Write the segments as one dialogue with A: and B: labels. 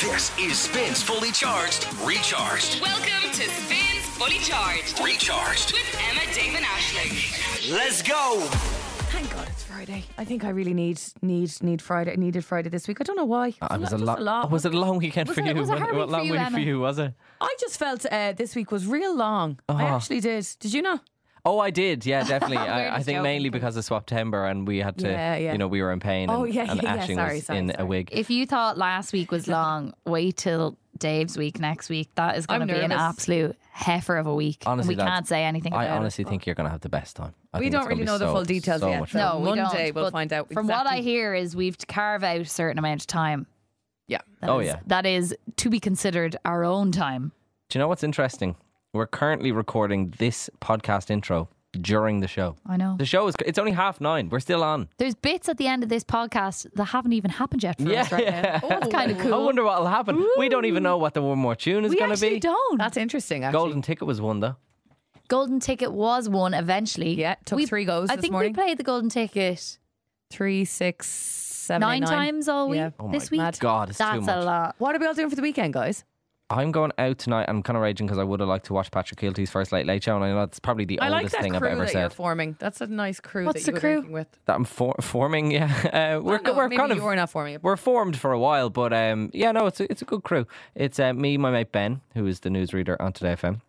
A: This is Spins Fully Charged, Recharged,
B: Welcome to Spins Fully Charged
A: Recharged.
B: with Emma Damon Ashley.
A: Let's go!
C: Thank God it's Friday. I think I really need need need Friday. I needed Friday this week. I don't know why.
D: It was a,
C: lot.
D: lot. Was it a long weekend
C: Was
D: for
C: it-
D: you?
C: was it
D: wasn't
C: hard
D: Well,
C: week for
D: long
C: you,
D: week for
C: Emma?
D: you, was it?
C: I just felt uh, this week was real long. I
D: Uh-huh.
C: actually did. Did you know?
D: Oh, I did. Yeah, definitely. I, I
C: just
D: think
C: joking.
D: mainly because of Swaptember and we had to,
C: Yeah, yeah.
D: you know, we were in pain.
C: Oh,
D: and,
C: yeah,
D: and
C: yeah, yeah.
D: Ashing
C: Sorry,
D: was
C: sorry,
D: in a
C: sorry.
D: wig.
E: If you thought last week was long, wait till Dave's week next week. That is going
C: I'm
E: to be an
C: nervous.
E: absolute heifer of a week. and
D: Honestly,
E: we
D: lads,
E: can't say anything.
D: I
E: about
D: honestly think you're going to have the best time. I
C: We
D: think
C: don't
D: it's gonna
C: really
D: be
C: know the
D: so-
C: full details
D: so
C: yet.
D: much
E: it.
D: fun.
E: No, we
C: Monday
E: don't,
C: we'll
E: but
C: find out
E: From what I
C: exactly.
E: hear is we've to carve out a certain amount of time.
C: Yeah.
E: That
D: Oh,
E: is-
D: yeah.
E: that is to be considered our own time.
D: Do you know what's interesting? We're currently recording this podcast intro during the show.
C: Oh.
E: I know.
D: The show is, it's only half nine. We're still on.
E: There's bits at the end of this podcast that haven't even happened yet for
D: Yeah.
E: us right now. That's kind of cool.
D: I wonder what'll happen. We don't even know what the one more tune is
E: we
D: going to
E: actually
D: be.
E: don't.
C: That's interesting. Actually.
D: Golden Ticket was one, though.
E: golden ticket was won eventually.
C: Yeah, took three goes
E: I
C: this
E: think
C: morning.
E: we played the golden ticket
C: Three, six, seven,
E: nine
C: eight,
E: times all week
C: Yeah.
D: Oh my
E: this week.
C: mad.
D: God, it's
E: That's
D: too much.
E: a lot.
C: What are we all doing for the weekend, guys?
D: I'm going out tonight. I'm kind of raging because I would have liked to watch Patrick Keelty's first Late Late Show, and I know that's probably the
C: I like
D: oldest
C: that
D: thing
C: crew
D: I've ever
C: that
D: said.
C: you're forming. That's a nice crew.
E: What's
C: that
E: the
C: you were
E: crew?
C: drinking With.
D: that I'm for- forming, yeah. Uh, we're
C: No,
D: we're
C: maybe
D: kind of
C: you were not forming it.
D: we're formed for a while, but um, yeah, no, it's a, it's a good crew. It's uh, me, my mate Ben, who is the newsreader on Today FM.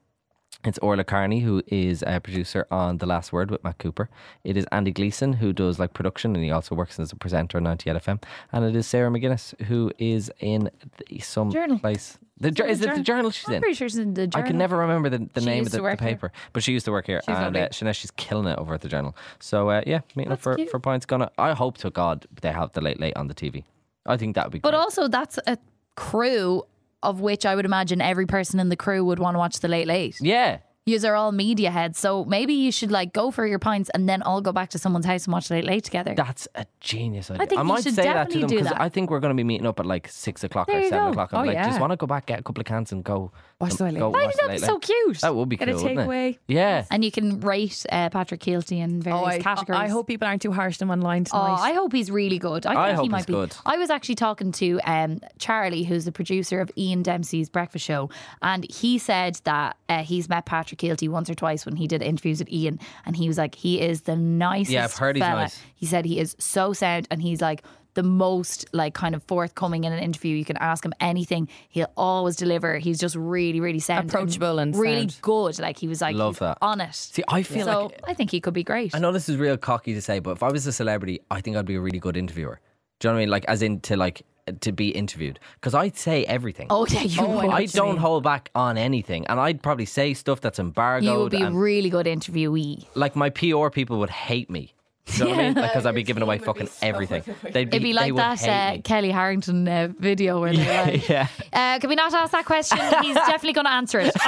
D: It's Orla Carney, who is a producer on The Last Word with Matt Cooper. It is Andy Gleason, who does like production and he also works as a presenter on 98 FM. And it is Sarah McGuinness, who is in the, some
E: Journal.
D: place. The, jur- is it the journal she's in?
E: I'm pretty sure it's in the
D: I
E: journal.
D: can never remember the, the
E: She
D: name
E: used
D: of the,
E: to
D: the
E: work here.
D: paper, but she used to work here, and
C: lovely.
D: uh, she, now she's killing it over at the Journal. So uh, yeah, meeting up
E: That's
D: for,
E: cute.
D: for pints. Gonna. I hope to God they have the late late on the TV. I think that would be.
E: But
D: great.
E: also, that's a crew of which I would imagine every person in the crew would want to watch the late late.
D: yeah,
E: Yous are all media heads, so maybe you should like go for your pints and then all go back to someone's house and watch the late late together.
D: that's a genius idea. I,
E: think you
D: might
E: should
D: say that to
E: definitely
D: them
E: do
D: because
E: that.
D: I think we're going to be meeting up at like six o'clock
E: There
D: or
E: you
D: seven
E: go.
D: o'clock. and I'm
C: Oh,
D: like, just
C: yeah.
D: want to go back, get a couple of cans, and go
C: Watch the Late
D: go
C: Late.
D: watch
E: Why
D: the
E: that'd be
D: Late
E: so
D: Late.
E: cute.
D: That would be
C: Get a
D: cool. wouldn't it?
C: takeaway.
D: Yeah.
E: and you can rate uh, Patrick Keelty in various
C: Oh, I,
E: categories.
C: I hope people aren't too harsh on him online
E: Oh,
C: tonight.
E: I hope he's really good. I, think
D: I
E: he
D: hope
E: might
D: he's
E: be.
D: good.
E: I was actually talking to um, Charlie, who's the producer of Ian Dempsey's Breakfast Show, and he said that uh, he's met Patrick Keelty once or twice when he did interviews with Ian, and he was like, he is the nicest.
D: Yeah, I've heard he's
E: fella.
D: nice.
E: He said he is so sound, and he's like the most like kind of forthcoming in an interview. You can ask him anything; he'll always deliver. He's just really, really sound,
C: Approachable and
E: really
C: sound.
E: good. Like he was like,
D: Love
E: he's
D: that.
E: honest.
D: See, I feel
E: so
D: like
E: I think he could be great.
D: I know this is real cocky to say, but if I was a celebrity, I think I'd be a really good interviewer. Do you know what I mean? Like, as in to like to be interviewed, because I'd say everything.
E: Oh yeah, you. would.
D: I don't hold back on anything, and I'd probably say stuff that's embargoed.
E: You would be
D: and,
E: really good interviewee.
D: like my PR people would hate me. Do you know what I mean? Because I'd be giving away fucking everything. They'd be,
E: It'd be
D: they
E: like
D: would
E: that
D: hate
E: uh,
D: me.
E: Kelly Harrington uh, video where they're like,
D: yeah.
E: uh, "Can we not ask that question? He's definitely going to answer it."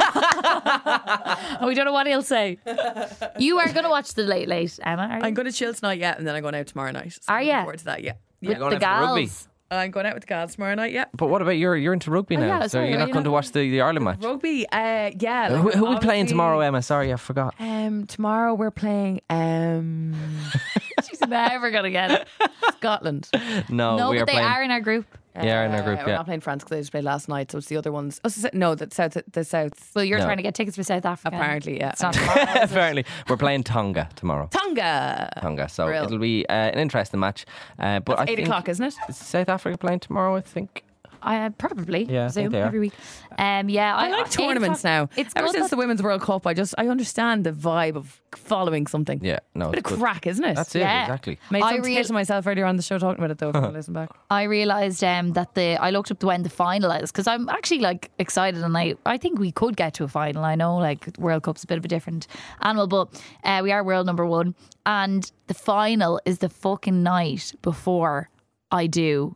E: And we don't know what he'll say. You are going to watch the late late Emma. Are you?
C: I'm going to chill tonight, yeah, and then I'm going out tomorrow night. So
E: Are
C: looking
E: ya?
C: forward to that, yeah.
E: with
D: going
E: the
D: out for rugby.
E: gals.
C: I'm going out with the guys tomorrow night, yeah.
D: But what about you're you're into rugby now?
E: Oh, yeah,
D: so
E: sorry,
D: you're
E: are
D: not
E: you
D: going to
E: not-
D: watch the, the Ireland match.
C: Rugby, uh, yeah.
D: Who,
C: like,
D: who are we playing
C: obviously-
D: tomorrow, eh? Emma? Sorry, I forgot.
E: Uh,
C: Um, tomorrow we're playing um,
E: She's never going to get it.
C: Scotland.
D: No,
E: no,
D: Oh, we
E: but
D: are
E: they
D: playing.
E: are in our group.
D: yeah, in our
C: Uh,
D: group.
C: We're
D: Yeah.
C: not playing France because they just played last night, so it's the other ones. Oh, so- no, the south, the south.
E: Well, you're
D: No.
E: trying to get tickets for South Africa.
C: Apparently, yeah.
E: It's not tomorrow, is it?
D: Apparently, we're playing Tonga tomorrow.
C: Tonga.
D: Tonga. So
C: Brill.
D: it'll be uh, an interesting match. Uh, but I
C: Eight
D: think
C: o'clock, isn't it?
D: South Africa playing tomorrow, I think.
E: I Uh, probably
D: Yeah, I think
E: Zoom
D: they are.
E: every week. Um, yeah,
C: I like
E: eight
C: tournaments now.
E: o'clock- It's
C: ever
E: good
C: since
E: that-
C: the Women's World Cup. I just I understand the vibe of following something.
D: Yeah, no,
C: bit
D: it's
C: of
D: good.
C: crack, isn't it?
D: That's it, Uh-huh.
E: Yeah.
D: exactly.
C: Made
E: I
C: some
E: real-
C: tit to myself earlier on the show talking about it though. If you listen back,
E: I realised um, that the I looked up when the final is because I'm actually like excited and I, I think we could get to a final. I know like World Cup's a bit of a different animal, but uh, we are world number one, and the final is the fucking night before I do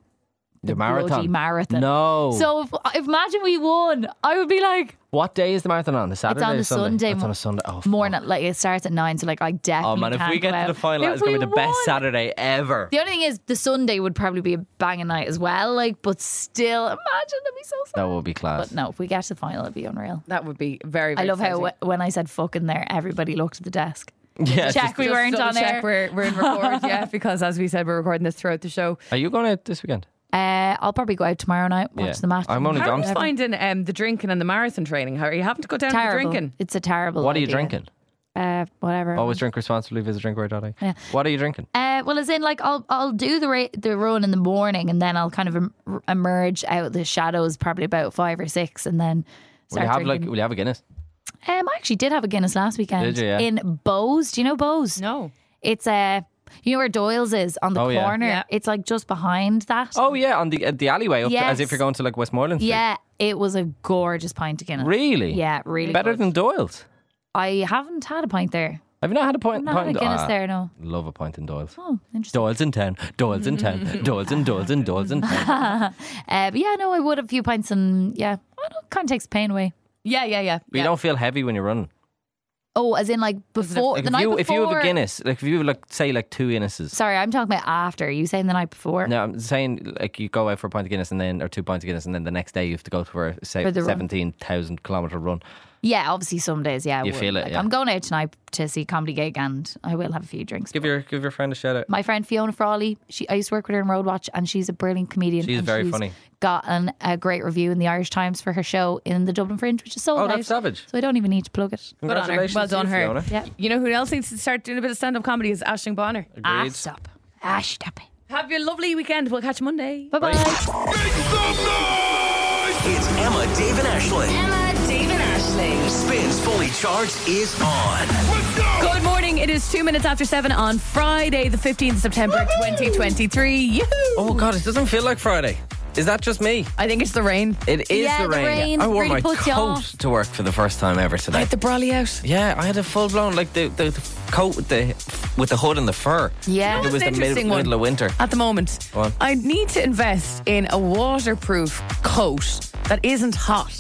D: The
E: bloody
D: marathon.
E: marathon.
D: No.
E: So if, if- imagine we won, I would be like
D: What day is the marathon on? The Saturday.
E: on
D: or
E: the Sunday
D: It's
E: mo-
D: on a Sunday. Oh,
E: morning, like it starts at nine, so like I definitely.
D: Oh man, if
E: can't
D: we
E: go
D: get to
E: out.
D: the final,
E: If
D: it's gonna
E: we
D: be the best
E: won-
D: Saturday ever.
E: The only thing is, the Sunday would probably be a banging night as well. Like, but still, imagine that'd be so sad.
D: That will be class.
E: But no, if we get to the final, it'd be unreal.
C: that would be very.
E: I
C: very
E: love how
C: exciting.
E: wh- when I said "fucking" there, everybody looked at the desk.
D: Yeah,
E: check
D: just-
E: we
C: Just
E: weren't
C: double
E: on
C: check
E: air.
C: We're, we're in record, yeah, because as we said, we're recording this throughout the show.
D: Are you going out this weekend?
E: Uh, I'll probably go out tomorrow night, watch
D: Yeah.
E: the match.
D: I'm only
E: and
C: How are you
D: Dom-
C: finding um, the drinking and the marathon training? How are you having to go down to the
E: terrible.
C: drinking?
E: It's a terrible.
D: What are you
E: idea.
D: drinking?
E: Uh, whatever.
D: Always drink responsibly. Visit drinkware.ie.
E: Yeah.
D: What are you drinking?
E: Uh, well, as in, like I'll I'll do the ra- the run in the morning, and then I'll kind of em- emerge out of the shadows, probably about five or six, and then
D: Will
E: start
D: you have like?
E: drinking.
D: Will you have a Guinness?
E: um, I actually did have a Guinness last weekend.
D: Did you, yeah?
E: In Bowes, do you know Bowes?
C: No.
E: It's uh, you know where Doyle's is on the
D: Oh, yeah.
E: corner.
C: Yeah.
E: It's like just behind that.
D: Oh yeah, on the uh, the alleyway up to- as if
E: Yes.
D: you're going to like Westmoreland. Street.
E: yeah, it was a gorgeous pint of Guinness.
D: Really?
E: Yeah, really.
D: Better
E: good.
D: than Doyle's.
E: I haven't had a pint there.
D: Have you not had a point?
E: Not had a
D: pint-
E: Guinness
D: Ah,
E: there, no.
D: Love a pint in Doyle's.
E: Oh, interesting.
D: Doyle's in town. Doyle's in town. Doyle's in Doyle's in Doyle's in town.
E: Uh, but yeah, no, I would have a few pints, and yeah, I don't, kind of takes the pain away.
C: Yeah, yeah, yeah.
D: But You don't feel heavy when you're running.
E: Oh, as in like before
D: Like
E: the
D: if
E: night
D: you
E: before.
D: if you have a Guinness, like if you have like say like two Guinnesses.
E: Sorry, I'm talking about after. Are you saying the night before?
D: No, I'm saying like you go out for a pint of Guinness and then or two pints of Guinness and then the next day you have to go for a
E: For
D: say,
E: the run.
D: seventeen thousand kilometer run.
E: Yeah, obviously some days. Yeah, I
D: You
E: would.
D: feel it,
E: Like,
D: yeah.
E: I'm going out tonight to see comedy gig, and I will have a few drinks.
D: Give your give your friend a shout out.
E: My friend Fiona Frawley, she I used to work with her in Roadwatch, and she's a brilliant comedian.
D: She's
E: and
D: very funny.
E: Gotten a great review in the Irish Times for her show in the Dublin Fringe, which is so
D: Oh,
E: loud.
D: that's savage.
E: So I don't even need to plug it.
C: Good on her.
D: Congratulations
C: Well
D: to you,
C: done, her.
D: Fiona.
E: Yeah.
C: You know who else needs to start doing a bit of stand up comedy is Ashling Bonner.
E: Ah,
D: Agreed.
E: stop. Ah, stop it.
C: Have your lovely weekend. We'll catch you Monday.
E: Bye bye.
A: It's Emma, Dave, and Ashling.
B: Emma, Dave, and Ashling.
A: Spins Fully Charged is on.
C: Good morning. It is two minutes after seven on Friday, the 15th of September, 2023. Yoo-hoo.
D: Oh god, it doesn't feel like Friday. Is that just me?
C: I think it's the rain.
D: It is the
E: Yeah, the
D: rain.
E: rain
D: I wore
E: really
D: Oh, my
E: puts you
D: coat
E: off.
D: to work for the first time ever today.
C: the brolly out.
D: Yeah, I had a full blown like the, the, the coat with the with the hood and the fur. Like,
E: Yeah. You know
D: it was
C: what's
D: the
C: an interesting
D: middle,
C: one?
D: middle of winter.
E: Uh,
C: At the moment,
D: on.
C: I need to invest in a waterproof coat that isn't hot.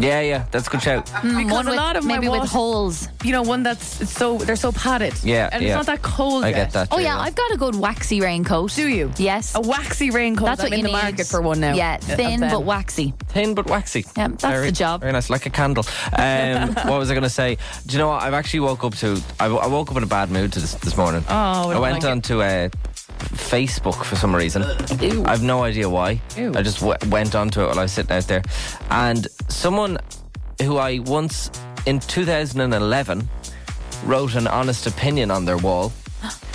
D: Yeah, yeah, that's a good shout.
C: Because
E: One
C: a
E: with-
C: lot of
E: maybe
C: my
E: with
C: water-
E: holes.
C: you know, one that's it's so they're so padded.
D: Yeah,
C: and
D: yeah.
C: it's not that cold.
D: I
C: yet.
D: get that.
E: Oh
D: Jane.
E: yeah, I've got a good waxy raincoat.
C: Do you?
E: Yes.
C: A waxy raincoat.
E: That's
C: I'm
E: what
C: in
E: you
C: the
E: need.
C: market for one now.
E: Yeah,
C: Of
E: thin
C: them.
E: but waxy.
D: thin but waxy.
E: Yeah, that's
D: very,
E: the job.
D: Very nice, like a candle. Um, what was I going to say? Do you know what? I've actually woke up to. I, w- I woke up in a bad mood to this, this morning. Oh,
C: I
D: I
C: don't
D: went
C: like
D: on to uh, Facebook for some reason. I've no idea why.
C: Ew.
D: I just w- went onto it while I was sitting out there, and someone who I once in 2011 wrote an honest opinion on their wall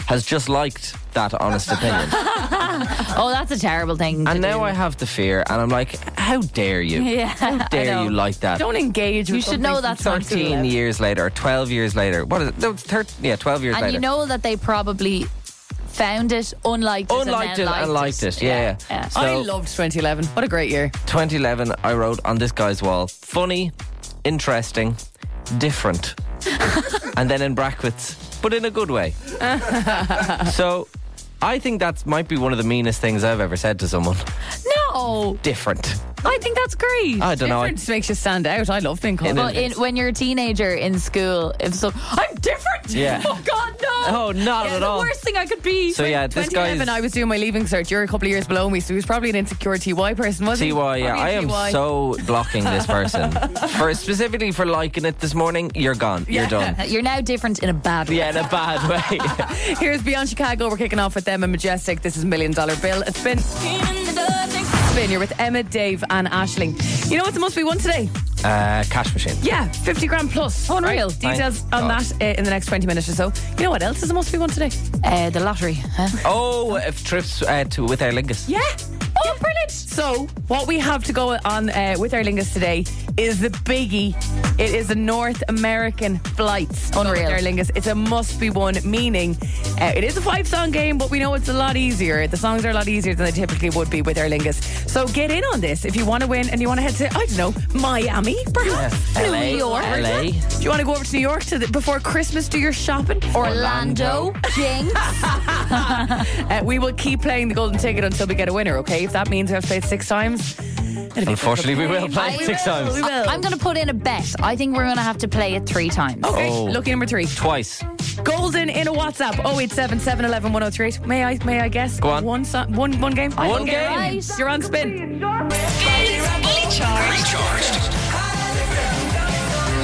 D: has just liked that honest opinion.
E: Oh, that's a terrible thing.
D: And
E: to
D: now
E: do.
D: I have the fear, and I'm like, how dare you?
E: Yeah,
D: How dare
E: know.
D: you like that?
C: Don't engage. With
E: You should
C: something
E: know
C: from
E: that's not
D: 13
C: 13 years.
D: years later, or 12 years later. What is it? No, 13, yeah, 12 years
E: and
D: later.
E: you know that they probably found it, unliked it,
D: Unliked it
E: and, then
D: and liked it. Yeah, yeah.
E: yeah.
D: So,
C: I loved 2011. What a great year.
D: 2011, I wrote on this guy's wall funny, interesting, different. and then in brackets, but in a good way. so I think that might be one of the meanest things I've ever said to someone.
E: No,
D: Different.
E: I think that's great.
D: I don't know. I-
C: Difference makes you stand out. I love being called.
D: It
E: but in, when you're a teenager in school, if so, I'm different.
D: Yeah.
E: Oh God, no.
D: Oh, not
E: It's
D: at
E: the
D: all.
E: worst thing I could be.
D: So yeah, this guy.
C: 2011, I was doing my leaving search. You're a couple of years below me, so he was probably an insecure TY person, wasn't he?
D: TY,
C: Probably
D: yeah.
C: a
D: I am
C: TY.
D: so blocking this person. for Specifically for liking it this morning, you're gone. You're
C: Yeah.
D: done.
E: You're now different in a bad way.
D: Yeah, in a bad way.
C: Here's Beyond Chicago. We're kicking off with them and Majestic. This is Million Dollar Bill. It's been Spin. You're with Emma, Dave, and Ashling. You know what? There must be one today.
D: uh, cash machine.
C: Yeah, 50 grand plus. Unreal. Details
D: Oh, Thank
C: on
D: God.
C: that uh, in the next 20 minutes or so. You know what else is a must be one today?
E: Uh, the lottery. Huh?
D: Oh, if trips uh, to with Aer Lingus.
C: Yeah. Oh, brilliant. So, what we have to go on uh, with Aer Lingus today is the biggie. It is the North American flights. on
E: Unreal.
C: Aer Lingus. It's a must be one, meaning uh, it is a five song game, but we know it's a lot easier. The songs are a lot easier than they typically would be with Aer Lingus. So, get in on this if you want to win and you want to head to, I don't know, Miami, perhaps.
D: LA,
E: New York.
D: LA.
C: Do you want to go over to New York to the, before Christmas? Do your shopping, or
E: Orlando. Jinx.
C: uh, we will keep playing the golden ticket until we get a winner. Okay, if that means we have to play it six times,
D: Unfortunately, we will play
E: I
D: it six
E: will.
D: times.
C: we will.
E: I'm going to put in a bet. I think we're going to have to play it three times.
C: okay,
D: Oh.
C: lucky number three.
D: Twice.
C: Golden in a WhatsApp 087-711-1038. May I? May I guess?
D: Go on.
C: One, so- one, one game. One,
D: game.
E: Right.
C: You're on spin.
B: Spins Fully Charged.
A: Recharged.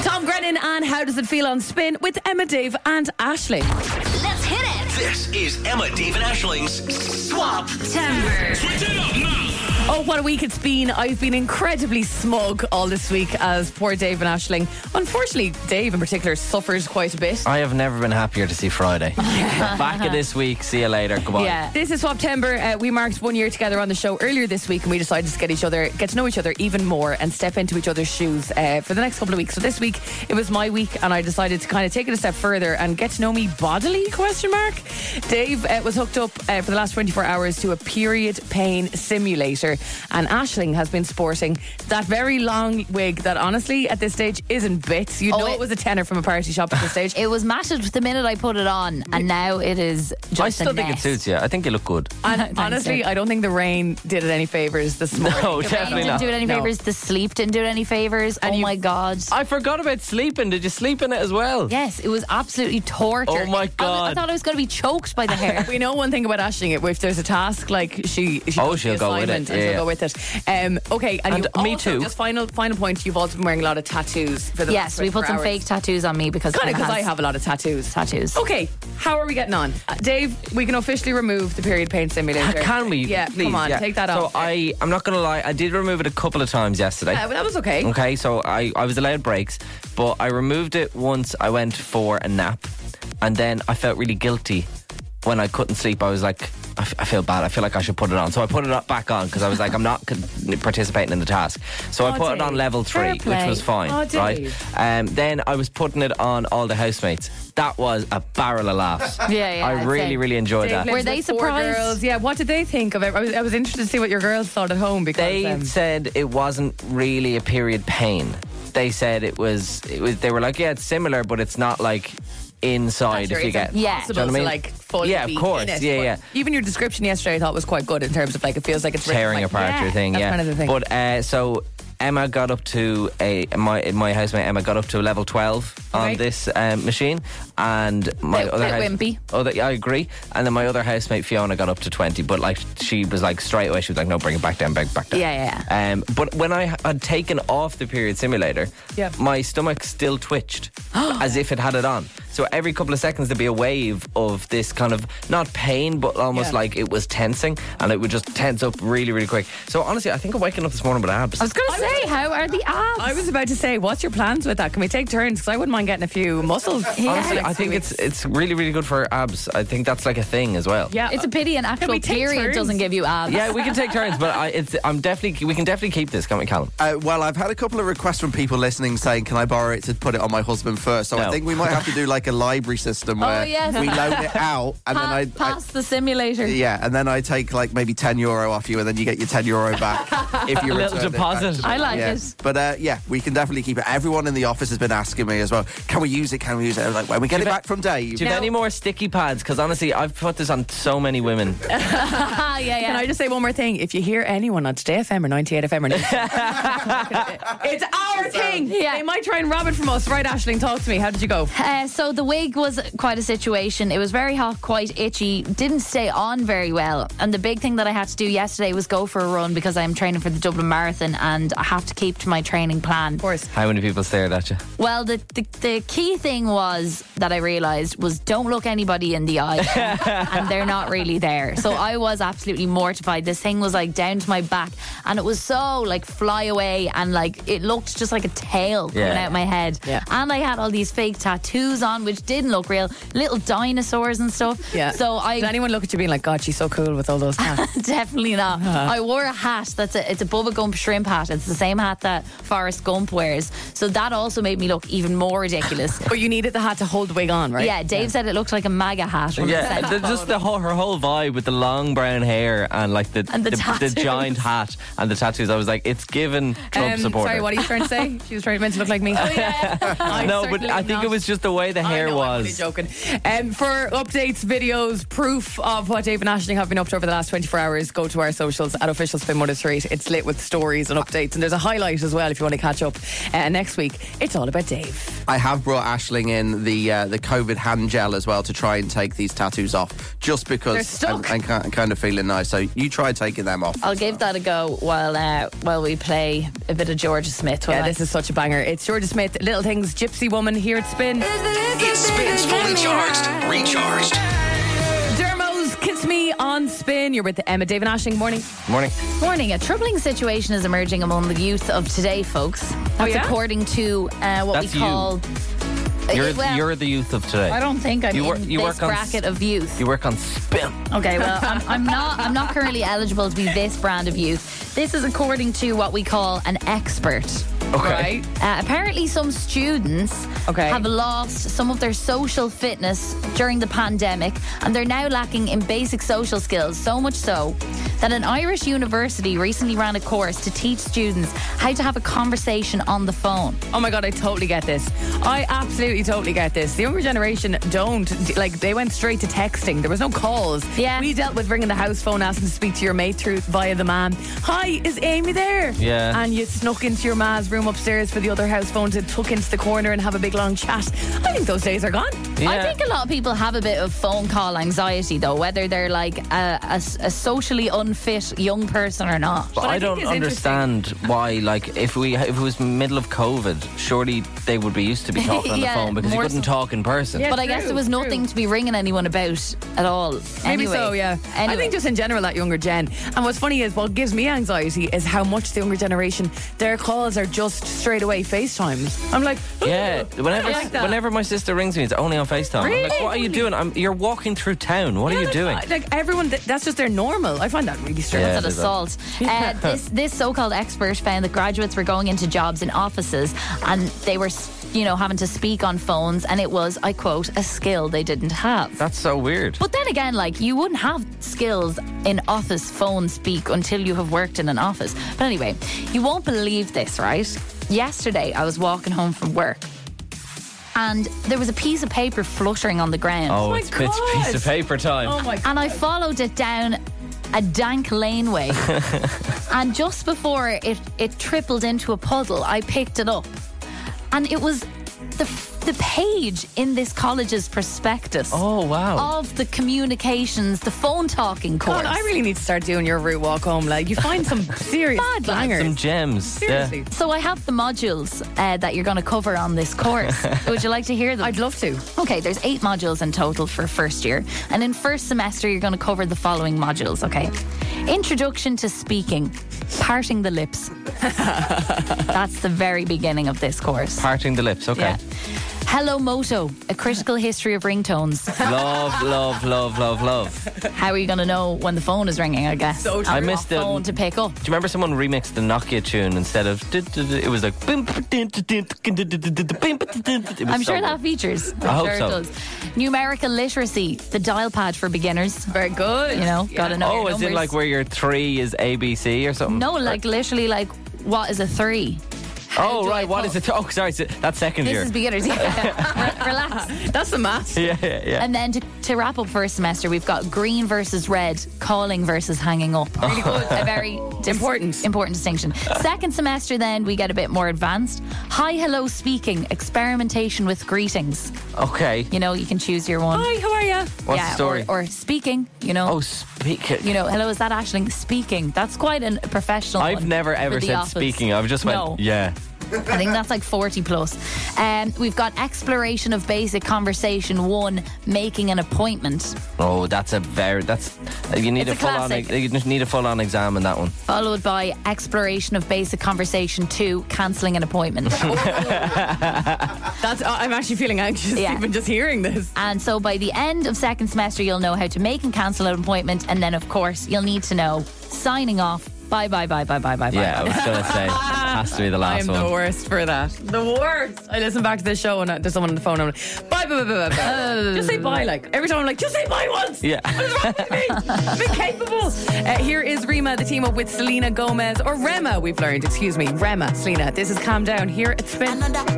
C: Tom Grennan and how does it feel on spin with Emma, Dave, and Ashley.
B: Let's hit it.
A: This is Emma, David Ashling's Swap.
B: Timber.
C: Oh, what a week it's been. I've been incredibly smug all this week as poor Dave and Ashling. Unfortunately, Dave in particular suffers quite a bit.
D: I have never been happier to see Friday. Back of this week. See you later. Come on.
E: Yeah.
C: This is Swaptember. Uh, we marked one year together on the show earlier this week, and we decided to get each other, get to know each other even more, and step into each other's shoes uh, for the next couple of weeks. So this week it was my week, and I decided to kind of take it a step further and get to know me bodily? Question mark. Dave uh, was hooked up uh, for the last 24 hours to a period pain simulator, and Ashling has been sporting that very long wig that, honestly, at this stage isn't bits. You would
E: Oh,
C: know it,
E: it-
C: was a tenner from a party shop at this stage.
E: It was matted the minute I put it on, and now it is just
D: I still
E: a
D: think it
E: mess.
D: suits you. I think you look good.
C: And
E: Thanks,
C: honestly,
E: Dave.
C: I don't think the rain did it any favors this morning.
D: No,
E: The rain
D: definitely
E: didn't
D: not.
E: do it any
C: No.
E: favors. The sleep didn't do it any favors. oh
C: you-
E: my god!
D: I forgot about sleeping. Did you sleep in it as well?
E: yes, it was absolutely
D: Oh
E: torture.
D: my
E: I was- I,
D: God.
E: thought I was going to be choked by the hair.
C: We know one thing about Ashling. If there's a task, like she, she
D: Oh,
C: does
D: she'll
C: the
D: go with it.
C: assignment and
D: Yeah,
C: she'll
D: yeah.
C: go with it. Um, okay, and,
D: And
C: you
D: me
C: also-
D: too.
C: Just final final point. You've also been wearing a lot of tattoos for the
E: yes, we put some fake tattoos on me because
C: Kind of
E: Emma
C: because I
E: has
C: have Oh, a lot of tattoos.
E: tattoos.
C: Okay, how are we getting on, Uh, Dave? We can officially remove the period pain simulator.
D: Ah, Can we?
C: Yeah,
D: please?
C: come on,
D: Yeah.
C: take that
D: so uh,
C: off.
D: I, I'm not going to lie. I did remove it a couple of times yesterday.
C: yeah, well, that was okay.
D: Okay, so I, I was allowed breaks, but I removed it once I went for a nap, and then I felt really guilty when I couldn't sleep. I was like, I, f- I feel bad. I feel like I should put it on. So I put it up- back on because I was like, I'm not con- participating in the task. So I
C: Oh,
D: put it on
C: Dave.
D: level
E: Fair
D: three,
E: play.
D: which was fine,
C: Oh, Dave.
D: right? Um, then I was putting it on all the housemates. That was a barrel of laughs.
E: Yeah, yeah,
D: I
E: I'd
D: really,
E: say.
D: really enjoyed
C: Dave
D: that.
C: lives
E: Were they
C: with four
E: surprised?
C: Girls. Yeah. What did they think of it? I was, I was interested to see what your girls thought at home because
D: They
C: um,
D: said it wasn't really a period pain. They said it was. It was. They were like, yeah, it's similar, but it's not like inside. If you get,
E: Yeah.
C: It's
D: Do you
C: impossible
D: know what I
C: to
D: mean?
C: like fully
D: Yeah, of
C: be
D: course.
C: in it,
D: Yeah,
C: but
D: yeah.
C: Even your description yesterday, I thought was quite good in terms of like it feels like it's written,
D: tearing
C: like,
D: apart
C: yeah,
D: your thing.
C: that's
D: yeah,
C: kind of the thing.
D: but uh, so. Emma got up to a my my housemate Emma got up to level twelve on
C: Right.
D: this um, machine, and my
E: Bit-
D: other
E: bit
D: house-
E: wimpy.
D: Other, I agree, and then my other housemate Fiona got up to twenty, but like she was like straight away she was like no bring it back down bring it back down
E: Yeah, yeah,
D: Um, but when I had taken off the period simulator,
C: Yeah.
D: my stomach still twitched as if it had it on. So every couple of seconds there'd be a wave of this kind of not pain, but almost
C: Yeah.
D: like it was tensing, and it would just tense up really, really quick. So honestly, I think I'm waking up this morning with abs.
E: I was going to say, how are the abs?
C: I was about to say, what's your plans with that? Can we take turns? Because I wouldn't mind getting a few muscles.
D: honestly,
C: Next
D: I think
C: few
D: it's
C: weeks.
D: it's really, really good for abs. I think that's like a thing as well.
C: yeah.
E: it's a pity an
C: we
E: actual
C: take
E: period
C: turns?
E: doesn't give you abs.
D: Yeah, we can take turns, but I, it's, I'm definitely we can definitely keep this, can't we, Callum?
F: Uh, well, I've had a couple of requests from people listening saying, "Can I borrow it to put it on my husband first? So I
D: No.
F: think we might have to do like a library system where
E: Oh, yes.
F: we loan it out, and
E: Pa-
F: then I, I
E: Ah, pass the simulator.
F: yeah, and then I take like maybe ten euro off you, and then you get your ten euro back if you
D: A
F: return
D: little
F: it back
D: deposit.
F: to me.
E: I like
F: yeah.
E: it.
F: But uh, yeah, we can definitely keep it. Everyone in the office has been asking me as well. Can we use it? Can we use it? I was like, when we get it back from Dave,
D: Do you have any more sticky pads? Because honestly, I've put this on so many women.
E: Ah, yeah, yeah.
C: Can I just say one more thing? If you hear anyone on Today FM or 98 FM or 98, it's our thing.
E: Yeah.
C: They might try and rob it from us. Right, Ashling, talk to me. How did you go?
E: Uh, so the wig was quite a situation. It was very hot, quite itchy, didn't stay on very well. And the big thing that I had to do yesterday was go for a run because I'm training for the Dublin Marathon and I have to keep to my training plan. Of
C: course.
D: How many people stared at you?
E: Well, the, the, the key thing was that I realised was don't look anybody in the eye and they're not really there. So I was absolutely mortified. This thing was like down to my back and it was so like fly away and like it looked just like a tail coming
D: Yeah.
E: out my head.
C: Yeah.
E: And I had all these fake tattoos on which didn't look real, little dinosaurs and stuff.
C: Yeah.
E: So I
C: Did anyone look at you being like, God, she's so cool with all those hats?
E: Definitely not.
C: Uh-huh.
E: I wore a hat that's a it's a Bubba Gump shrimp hat. It's the same hat that Forrest Gump wears. So that also made me look even more ridiculous.
C: but you needed the hat to hold the wig on, right?
E: Yeah, Dave said it looked like a MAGA hat. when he
D: Yeah,
E: sent
D: the,
E: it.
D: just the whole, her whole vibe with the long brown hair and like the
E: And the tattoos.
D: giant hat and the tattoos. I was like, it's given Trump
C: Um,
D: supporter.
C: sorry, what are you trying to say? She was trying meant to look like me. Oh, yeah.
D: no, but I think it was just the way the hair
C: I know, I'm only
D: was.
C: joking. Um, for updates, videos, proof of what Dave and Ashling have been up to over the last 24 hours, go to our socials at official Spin 103. It's lit with stories and updates, and there's a highlight as well if you want to catch up. Uh, next week, it's all about Dave.
F: I have brought Ashling in the uh, the COVID hand gel as well to try and take these tattoos off, just
C: They're
F: because I'm,
C: stuck.
F: I'm ki- I'm kind of feeling nice. So you try taking them off.
E: I'll give that a go while uh, while we play a bit of Georgia Smith. will
C: Yeah,
E: I?
C: this is such a banger. It's Georgia Smith, Little Things, Gypsy Woman here at Spin.
A: It's spins fully charged, recharged.
C: on Spin. You're with Emma, David Ashing. Morning.
D: Morning.
E: Morning. A troubling situation is emerging among the youth of today, folks. That's
C: Oh, yeah?
E: according to uh, what
D: That's
E: we
D: you.
E: call. Uh,
D: You're,
E: well,
D: you're the youth of today.
E: I don't think I'm
D: You wor-
E: in
D: you
E: this
D: work on s-
E: bracket of youth.
D: You work on spin.
E: Okay, well, I'm, I'm not. I'm not currently eligible to be this brand of youth. This is according to what we call an expert.
D: Okay.
C: Right.
E: Uh, apparently, some students
C: Hmm? Okay.
E: have lost some of their social fitness during the pandemic, and they're now lacking in basic social skills. So much so that an Irish university recently ran a course to teach students how to have a conversation on the phone.
C: Oh my god, I totally get this. I absolutely totally get this. The younger generation don't like. They went straight to texting. There was no calls.
E: Yeah.
C: we dealt with ringing the house phone, asking to speak to your mate through via the man. Hi, is Amy there?
D: Yeah.
C: And you snuck into your ma's room upstairs for the other house phone to tuck into the corner and have a big long chat. I think those days are gone.
E: I
D: Yeah.
E: think a lot of people have a bit of phone call anxiety, though, whether they're like a, a s- a socially unfit young person or not.
D: But
C: I
D: I,
C: think
D: don't
C: it's interesting.
D: understand why, like, if we if it was middle of COVID, surely they would be used to be talking on
E: Yeah,
D: the phone because you
E: more
D: couldn't
E: so.
D: talk in person.
C: Yeah.
E: But I guess
C: True,
E: there was nothing
C: true.
E: to be ringing anyone about at all.
C: Maybe
E: Anyway.
C: so, yeah. I
E: Anyway.
C: think just in general, that younger gen. And what's funny is what gives me anxiety is how much the younger generation, their calls are just straight away FaceTimes. I'm like,
D: Yeah, whenever
C: I like that.
D: whenever my sister rings me, it's only on Facetime. I'm like,
C: Really?
D: what are you doing? I'm, you're walking through town. What are you
C: that's
D: doing?
C: not- Like everyone, th- that's just their normal. I find that really strange.
D: Yeah.
E: That's an
D: it is.
E: assault. Uh, this this so-called expert found that graduates were going into jobs in offices and they were, s- you know, having to speak on phones, and it was, I quote, a skill they didn't have.
D: That's so weird.
E: But then again, like you wouldn't have skills in office phone speak until you have worked in an office. But anyway, you won't believe this, right? Yesterday, I was walking home from work. And there was a piece of paper fluttering on the ground.
D: oh,
C: my
D: it's, it's
C: God.
D: piece of paper time.
C: Oh my god.
E: And I followed it down a dank laneway. and just before it, it tripled into a puddle, I picked it up. And it was the, the page in this college's prospectus
D: oh wow.
E: of the communications, the phone talking course.
C: God, I really need to start doing your route walk home. Like you find some serious
E: Bad lads.
C: bangers.
D: Some gems. Yeah.
C: Seriously.
E: so I have the modules uh, that you're going to cover on this course. Would you like to hear them?
C: I'd love to.
E: Okay, there's eight modules in total for first year. And in first semester, you're going to cover the following modules, okay? Introduction to speaking, parting the lips. That's the very beginning of this course.
D: Parting the lips. Okay.
E: Yeah. Hello Moto, a critical history of ringtones.
D: Love, love, love, love, love. Do you
E: How are you going to know when the phone is ringing, I guess?
C: So true.
E: And
D: I missed
E: what
D: the-
E: phone to pick up.
D: remember someone remixed the Nokia tune instead of du- du- du- it was like bim- din- din- din- din- din- din- din- din- din- din- it was
E: I'm
D: so
E: sure
D: good.
E: that features. I'm
D: I hope
E: sure
D: so.
E: it does. Numerical literacy, the dial pad for beginners.
C: Very good.
E: You know, gotta know.
D: Oh,
E: your
D: is it
E: numbers.
D: like where your three is ABC or something? Uh,
E: No, like literally, like what is a three?
D: Oh,
E: do I
D: right. What
E: call-
D: is it? Oh, sorry. so That's second
E: This
D: year.
E: is beginners. Yeah, Re- relax.
C: That's the math.
D: yeah, yeah, yeah.
E: And then to, to wrap up first semester, we've got green versus red, calling versus hanging up. Really good. A very dis-
C: Important.
E: important distinction. Second semester, then we get a bit more advanced. Hi, hello, speaking, experimentation with greetings.
D: Okay.
E: You know, you can choose your one.
C: Hi, how are you?
D: What's
E: yeah,
D: the story?
E: Or, or speaking. You know.
D: oh, speak.
E: you know, hello, is that Ashling speaking? That's quite an- a professional.
D: I've
E: one
D: never
E: for
D: ever
E: the
D: said
E: office.
D: speaking. I've just went,
E: No.
D: yeah.
E: I think that's like 40 plus. Um, we've got exploration of basic conversation one, making an appointment,
D: Oh, that's a very, that's, you need
E: It's
D: a
E: a
D: full
E: classic.
D: on, you just need a full on exam in that one.
E: followed by exploration of basic conversation two, cancelling an appointment.
C: That's. I- I'm actually feeling anxious
E: Yeah.
C: even just hearing this.
E: and so by the end of second semester, you'll know how to make and cancel an appointment. And then, of course, you'll need to know signing off. Bye, bye, bye, bye, bye, bye,
D: Yeah,
E: bye.
D: I was going to say, has to be the
C: I
D: last
C: am
D: one.
C: the worst for that. The worst. I listen back to the show and I, there's someone on the phone. I'm like, bye, bye, bye, bye, bye. bye. just say bye. Like every time I'm like, just say bye once.
D: Yeah.
C: What is wrong with me? I'm incapable. Uh, here is Rima, the team up with Selena Gomez or Rema. We've learned. Excuse me, Rema, Selena. This is calm down here at Spin. About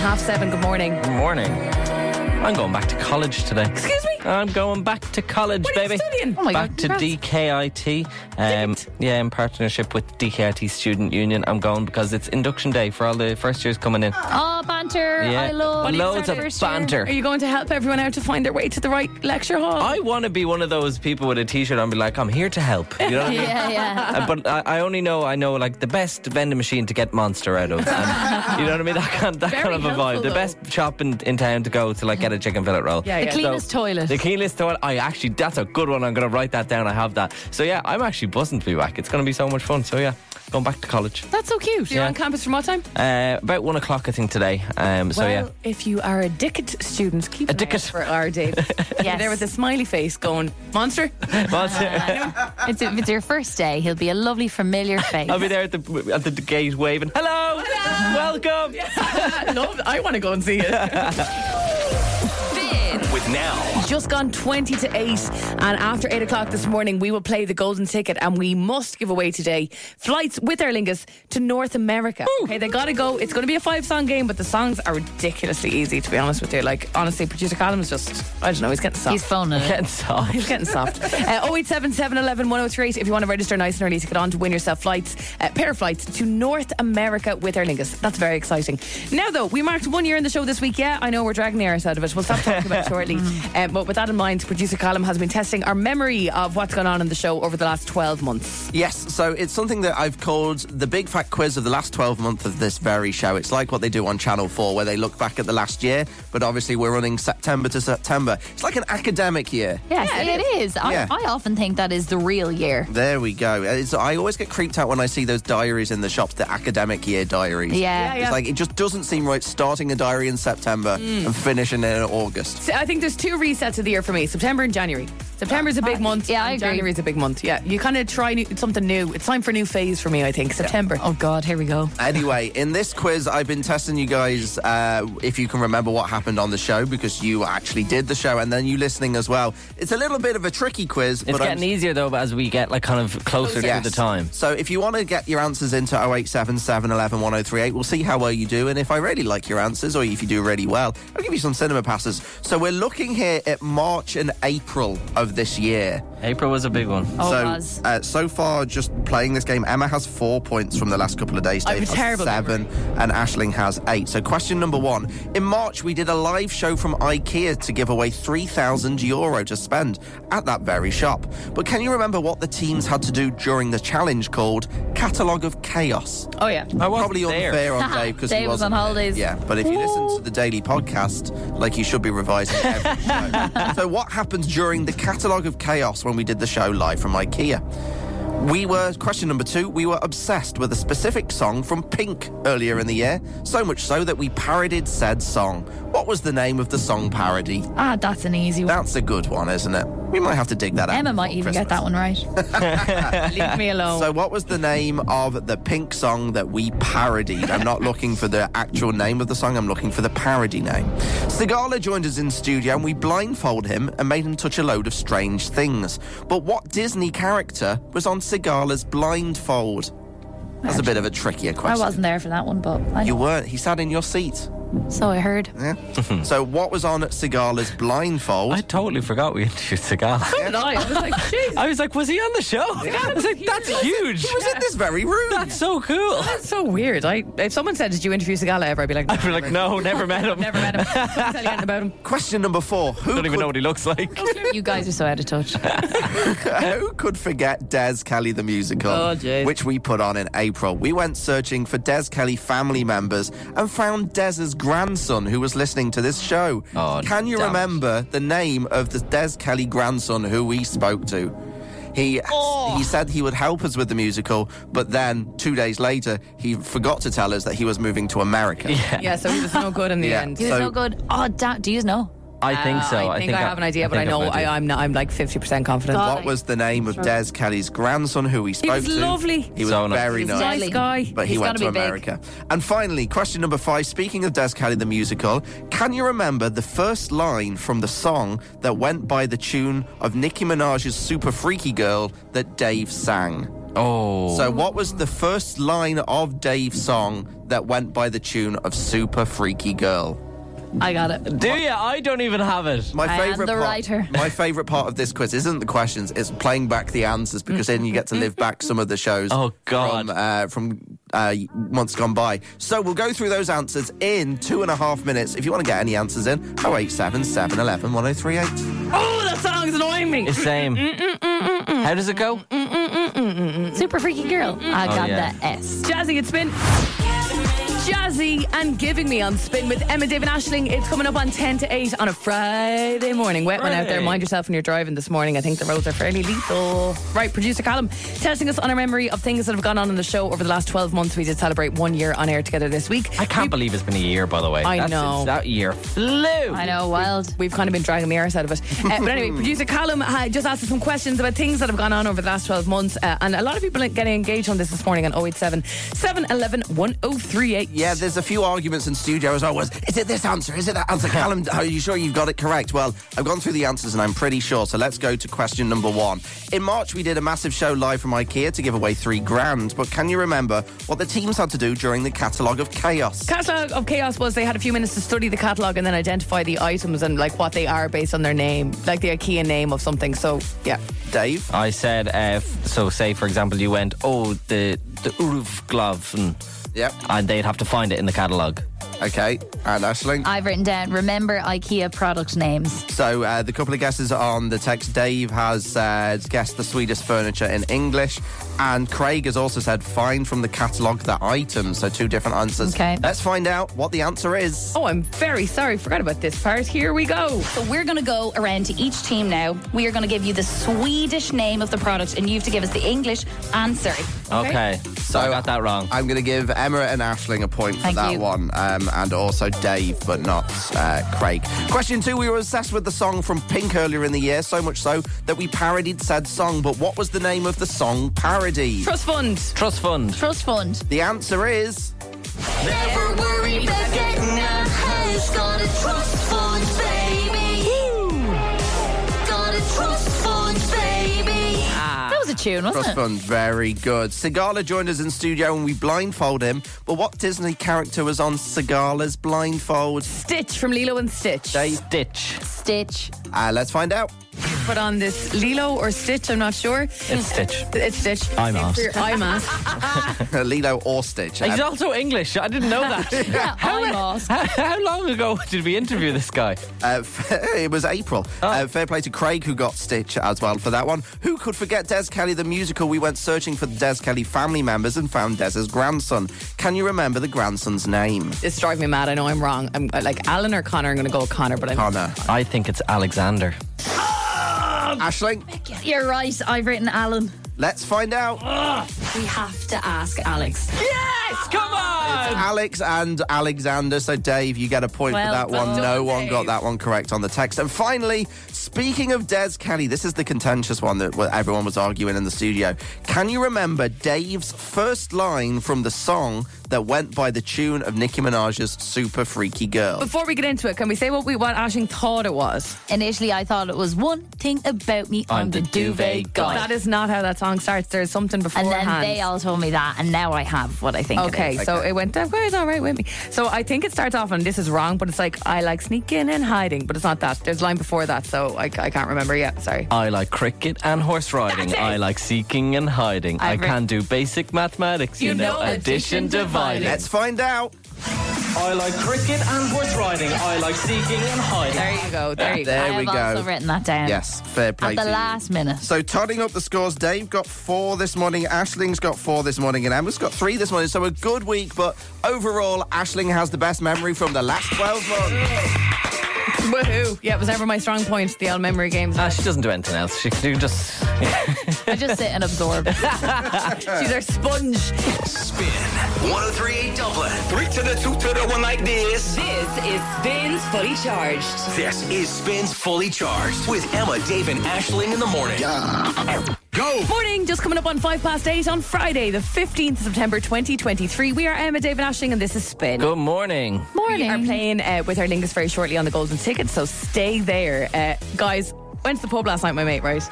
C: half seven. Good morning.
D: Good morning. I'm going back to college today.
C: Excuse me?
D: I'm going back to college,
C: What are you
D: baby.
C: studying? Oh
E: my
D: back
E: God,
D: to DKIT. Um, yeah, in partnership with DKIT Student Union, I'm going because it's induction day for all the first years coming in.
E: Oh, banter.
D: Yeah.
E: I love
D: Loads of
E: First year.
D: banter.
C: Are you going to help everyone out to find their way to the right lecture hall?
D: I want to be one of those people with a T-shirt and be like, "I'm here to help." You know what I mean?
E: Yeah, yeah.
D: Uh, But I, I only know I know like the best vending machine to get Monster out of. And, you know what I mean? That kind, that
C: Very
D: kind of a
C: helpful,
D: vibe. The
C: though.
D: best shop in, in town to go to like get a chicken fillet roll.
C: Yeah,
E: The
C: yeah.
E: cleanest toilet.
D: The key list to it, I actually, that's a good one. I'm going to write that down. I have that. So yeah, I'm actually buzzing to be back. It's going to be so much fun. So yeah, going back to college.
C: That's so cute. You're
D: Yeah.
C: on campus from what time?
D: Uh, about one o'clock, I think, today. Um, so
C: well,
D: yeah.
C: if you are a dicket student, keep an eye
D: dicket.
C: out for our Dave.
E: Yes.
C: There was a smiley face going, monster.
D: Well,
E: It's, if it's your first day, he'll be a lovely familiar face.
D: I'll be there at the, at the gate waving, hello, welcome.
C: Love, I want to go and see it.
A: With now,
C: Just gone 20 to 8, and after 8 o'clock this morning, we will play the golden ticket, and we must give away today flights with Aer Lingus to North America. Okay, they gotta go. It's gonna be a five song game, but the songs are ridiculously easy, to be honest with you. Like, honestly, producer Column's just, I don't know, he's getting soft.
E: He's phoning it.
D: Getting soft.
C: It's Oh, getting soft. Uh, 0877111038 if you want to register nice and early to get on to win yourself flights, uh, pair of flights to North America with Aer Lingus. That's very exciting. Now, though, we marked one year in the show this week. Yeah, I know we're dragging the arse out of it. We'll stop talking about it shortly. Um, but with that in mind, producer Callum has been testing our memory of what's gone on in the show over the last 12 months.
F: Yes, so it's something that I've called the Big Fat Quiz of the last 12 months of this very show. It's like what they do on Channel 4, where they look back at the last year, but obviously we're running September to September. It's like an academic year.
E: Yes, it is. I,
F: Yeah.
E: I often think that is the real year.
F: There we go. Uh, It's, I always get creeped out when I see those diaries in the shops, the academic year diaries.
E: Yeah.
F: It's like it just doesn't seem right starting a diary in September and finishing it in August.
C: So I think there's two resets of the year for me September and January. September's a big month.
E: yeah, I
C: and
E: agree.
C: January's a big month. Yeah, you kind of try new, something new. It's time for a new phase for me, I think. September.
E: Oh God, here we go.
F: Anyway, in this quiz, I've been testing you guys uh, if you can remember what happened on the show because you actually did the show and then you listening as well. It's a little bit of a tricky quiz,
D: It's
F: but I'm-
D: getting easier though as we get like kind of closer
F: Yes.
D: to the time.
F: So if you want to get your answers into 0877 11 1038, we'll see how well you do. And if I really like your answers or if you do really well, I'll give you some cinema passes. So we're looking here at March and April of this year.
D: April was a big one.
E: Oh,
F: so
E: Oz.
F: uh, so far, just playing this game, Emma has four points from the last couple of days.
C: I have
F: Dave
C: a
F: has
C: terrible
F: seven, and Ashling has eight. So question number one: In March, we did a live show from IKEA to give away three thousand euro to spend at that very shop. But can you remember what the teams had to do during the challenge called Catalogue of Chaos?
C: Oh, yeah.
D: I wasn't
F: Probably
D: there.
F: unfair on Dave because he
E: Dave was on
F: wasn't there.
E: holidays.
F: Yeah, but if you listen to the daily podcast, like you should be revising every show. so, what happened during the catalogue of chaos when we did the show live from IKEA? We were, question number two, we were obsessed with a specific song from Pink earlier in the year, so much so that we parodied said song. What was the name of the song parody?
E: Ah, that's an easy one.
F: That's a good one, isn't it? We might have to dig that out.
E: Emma might even
F: before
E: get
F: Christmas.
E: that one right.
C: Leave me alone.
F: So, what was the name of the pink song that we parodied? I'm not looking for the actual name of the song, I'm looking for the parody name. Sigala joined us in studio and we blindfolded him and made him touch a load of strange things. But what Disney character was on Sigala's blindfold? That's a bit of a trickier
E: I
F: question.
E: wasn't there for that one, but I,
F: You weren't. He sat in your seat.
E: so I heard.
F: Yeah. so, what was on Sigala's blindfold?
D: Hmm. I totally forgot we interviewed Seagal.
C: did I. I was like, jeez.
D: I was like, was he on the show? I was like, that's huge.
F: He was in this very room.
D: That's so cool.
C: That's so weird. I, if someone said, "Did you interview Segala ever?" I'd be like, no,
D: We're like, no, never met him.
C: "Never met him. Couldn't tell you anything about him."
F: Question number four. Who
D: Don't even
F: could
D: know what he looks like.
E: You guys are so out of touch.
F: Who could forget Des Kelly the musical,
C: Oh, jeez.
F: which we put on in April? We went searching for Des Kelly family members and found Des's grandson who was listening to this show.
D: Oh,
F: Can you
D: damn it.
F: remember the name of the Des Kelly grandson who we spoke to? He
C: Oh.
F: he said he would help us with the musical, but then two days later he forgot to tell us that he was moving to America.
C: Yeah, so he was no good in the
F: Yeah.
C: end. Uh,
E: He was
F: So-
E: no good. Oh, da- do you know?
D: I think so.
C: I think I, have an idea, but I
D: think
C: know
D: I've an idea.
C: I, I'm not. I'm like fifty percent confident.
E: God.
F: What was the name of Des Kelly's grandson who we spoke
C: was
F: to?
C: lovely.
F: He was
D: So nice.
F: very
E: He was
F: nice.
E: lovely.
C: Nice guy.
F: but he
E: He's
F: went to
E: gotta be big.
F: America. And finally, question number five. Speaking of Des Kelly the musical, can you remember the first line from the song that went by the tune of Nicki Minaj's "Super Freaky Girl" that Dave sang?
D: Oh.
F: So, what was the first line of Dave's song that went by the tune of "Super Freaky Girl"?
E: I got it.
D: do you? I don't even have it.
F: My
E: I am
F: favorite
E: the
F: part,
E: writer.
F: My favorite part of this quiz isn't the questions; it's playing back the answers because then you get to live back some of the shows.
D: Oh, God.
F: From, uh, from uh, months gone by. So we'll go through those answers in two and a half minutes. If you want to get any answers in, 087 711 1038.
C: Oh, that song's annoying me.
D: It's same. How does it go?
E: Super freaky girl. I got
F: Oh,
D: yeah.
E: the S.
C: Jazzy, it's been. Jazzy and Giving Me on Spin with Emma David Ashling. It's coming up on 10 to 8 on a Friday morning. Wet one out there.
D: Friday.
C: Mind yourself when you're driving this morning. I think the roads are fairly lethal. Right, producer Callum testing us on our memory of things that have gone on in the show over the last 12 months. We did celebrate one year on air together this week.
D: I can't believe it's been a year, by the way.
C: I
D: That's-
C: know.
D: it's- That year flew.
E: I know, wild.
C: We've kind of been dragging the arse out of it. Uh, but anyway, producer Callum uh, just asked us some questions about things that have gone on over the last 12 months. Uh, and a lot of people are getting engaged on this this morning on 087 711 1038.
F: Yeah, there's a few arguments in studio as always. Is it this answer? Is it that answer? Callum, are you sure you've got it correct? Well, I've gone through the answers and I'm pretty sure. So let's go to question number one. In March, we did a massive show live from IKEA to give away three grand. But can you remember what the teams had to do during the catalogue of chaos?
C: Catalogue of Chaos was they had a few minutes to study the catalogue and then identify the items and like what they are based on their name, like the IKEA name of something. So yeah,
F: Dave?
D: I said, uh, f- so say, for example, you went, oh, the, the Uruv glove, and,
F: Yep.
D: and they'd have to find it in the catalogue.
F: Okay. And Ashling?
E: I've written down, remember IKEA product names.
F: So uh, the couple of guesses on the text. Dave has uh, guessed the sweetest furniture in English, and Craig has also said find from the catalogue the item. So two different answers.
E: Okay.
F: Let's find out what the answer is.
C: oh, I'm very sorry, forgot about this part. Here we go.
B: So we're going to go around to each team now. We are going to give you the Swedish name of the product, and you have to give us the English answer.
D: Okay. So I got that wrong.
F: I'm going to give Emma and Ashling a point for
E: Thank
F: that
E: you.
F: one, um, and also Dave, but not uh, Craig. Question two: We were obsessed with the song from Pink earlier in the year, so much so that we parodied said song. But what was the name of the song parody?
C: Trust fund.
D: Trust fund.
E: Trust fund.
F: The answer is.
G: Never worry about getting a house. Got a trust fund, baby. Got a trust fund, baby.
E: That was a tune, wasn't
F: Ah. Trust
E: it?
F: fund, very good. Sigala joined us in studio and we blindfold him. But what Disney character was on Sigala's blindfold?
C: Stitch from Lilo and Stitch.
F: Dave,
D: Stitch.
E: Stitch.
F: uh, let's find out.
C: Put on this Lilo or Stitch, I'm not sure.
D: It's Stitch.
C: It's Stitch.
D: I'm asked.
C: I'm asked.
F: Lilo or Stitch?
D: He's
F: Um,
D: also English. I didn't know that.
E: Yeah, I lost.
D: how, how long ago did we interview this guy?
F: uh, it was April. Uh, fair play to Craig who got Stitch as well for that one. Who could forget Des Kelly the musical? We went searching for the Des Kelly family members and found Des's grandson. Can you remember the grandson's name?
C: It's driving me mad. I know I'm wrong. I'm uh, like Alan or Connor. I'm going to go with Connor, but I'm.
F: Connor.
D: I think it's Alexander.
F: Ashling,
E: You're right. I've written Alan.
F: let's find out.
B: We have to ask Alex.
D: Yes, come on!
F: Alex and Alexander. So, Dave, you get a point for
E: Well
F: that one.
E: done,
F: No one
C: Dave.
F: got that one correct on the text. And finally, speaking of Des Kelly, this is the contentious one that well, everyone was arguing in the studio. Can you remember Dave's first line from the song that went by the tune of Nicki Minaj's Super Freaky Girl?
C: Before we get into it, can we say what we what Ashing thought it was?
E: Initially, I thought it was one thing about me. I'm, the duvet guy.
C: That is not how that song starts. There's something
E: and
C: beforehand.
E: then they all told me that, and now I have what I think. it
C: Okay,
E: is.
C: so it went that way. It's all right with me. So I think it starts off, and this is wrong, but it's like I like sneaking and hiding, but it's not that. There's a line before that, so I, I can't remember yet. Sorry.
D: I like cricket and horse riding.
C: That's it.
D: I like seeking and hiding. i
E: I've re-
D: can do basic mathematics. You,
C: You
D: know,
C: know
D: addition,
C: addition,
D: dividing.
F: Let's find out.
D: I like cricket and horse riding. I like seeking and hiding.
C: There you go. There you go.
E: I
F: There
E: have
F: we
E: also
F: go.
E: written that down.
F: Yes, fair play.
E: At the
F: to you.
E: last minute.
F: So, totting up the scores, Dave got four this morning, Ashling's got four this morning, and Emma's got three this morning. So, a good week, but overall, Ashling has the best memory from the last 12 months.
C: Woohoo. Yeah, it was never my strong point, the all memory games.
D: Ah, she doesn't do anything else. She can do just.
E: I just sit and absorb.
C: She's our sponge.
A: Spin 1038 Dublin. Three to the two to the one like this.
B: This is Spins Fully Charged.
A: This is Spins Fully Charged with Emma, Dave, and Ashling in the morning. Go!
C: Morning, just coming up on five past eight on Friday, the 15th of September 2023. We are Emma, David Ashing, and this is Spin.
D: Good morning.
C: We are
E: Morning.
C: playing uh, with our Lingus very shortly on the Golden Ticket, so stay there. Uh, guys, went to the pub last night, my mate, right?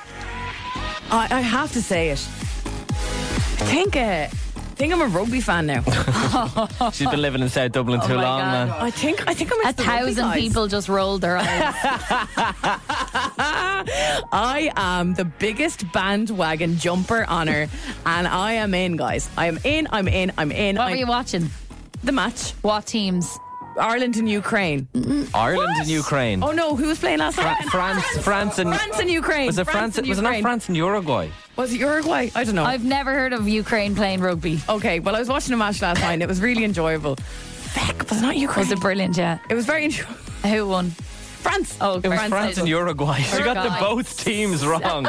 C: I, I have to say it. I think, uh, I think I'm a rugby fan now.
D: She's been living in South Dublin too
E: Oh my
D: long,
E: God.
D: man.
C: I think I think I'm
E: A thousand people just rolled their eyes.
C: I am the biggest bandwagon jumper on her, and I am in, guys. I am in, I'm in, I'm in.
E: What
C: I'm
E: were you watching?
C: the match?
E: What teams?
C: Ireland and Ukraine.
E: Mm.
D: Ireland and Ukraine.
C: Oh no, who was playing last night?
D: France, France, and
C: France and Ukraine.
D: was it France?
C: and
D: was it not
C: Ukraine.
D: France and Uruguay?
C: Was it Uruguay? I don't know.
E: I've never heard of Ukraine playing rugby.
C: okay, well, I was watching a match last night. and It was really enjoyable. Feck,
E: Oh,
C: was it not Ukraine?
E: Was it brilliant? Yeah.
C: It was very enjoyable.
E: Who won?
C: France.
E: Oh,
D: It was France and Uruguay. You got the
E: Uruguay.
D: both teams wrong.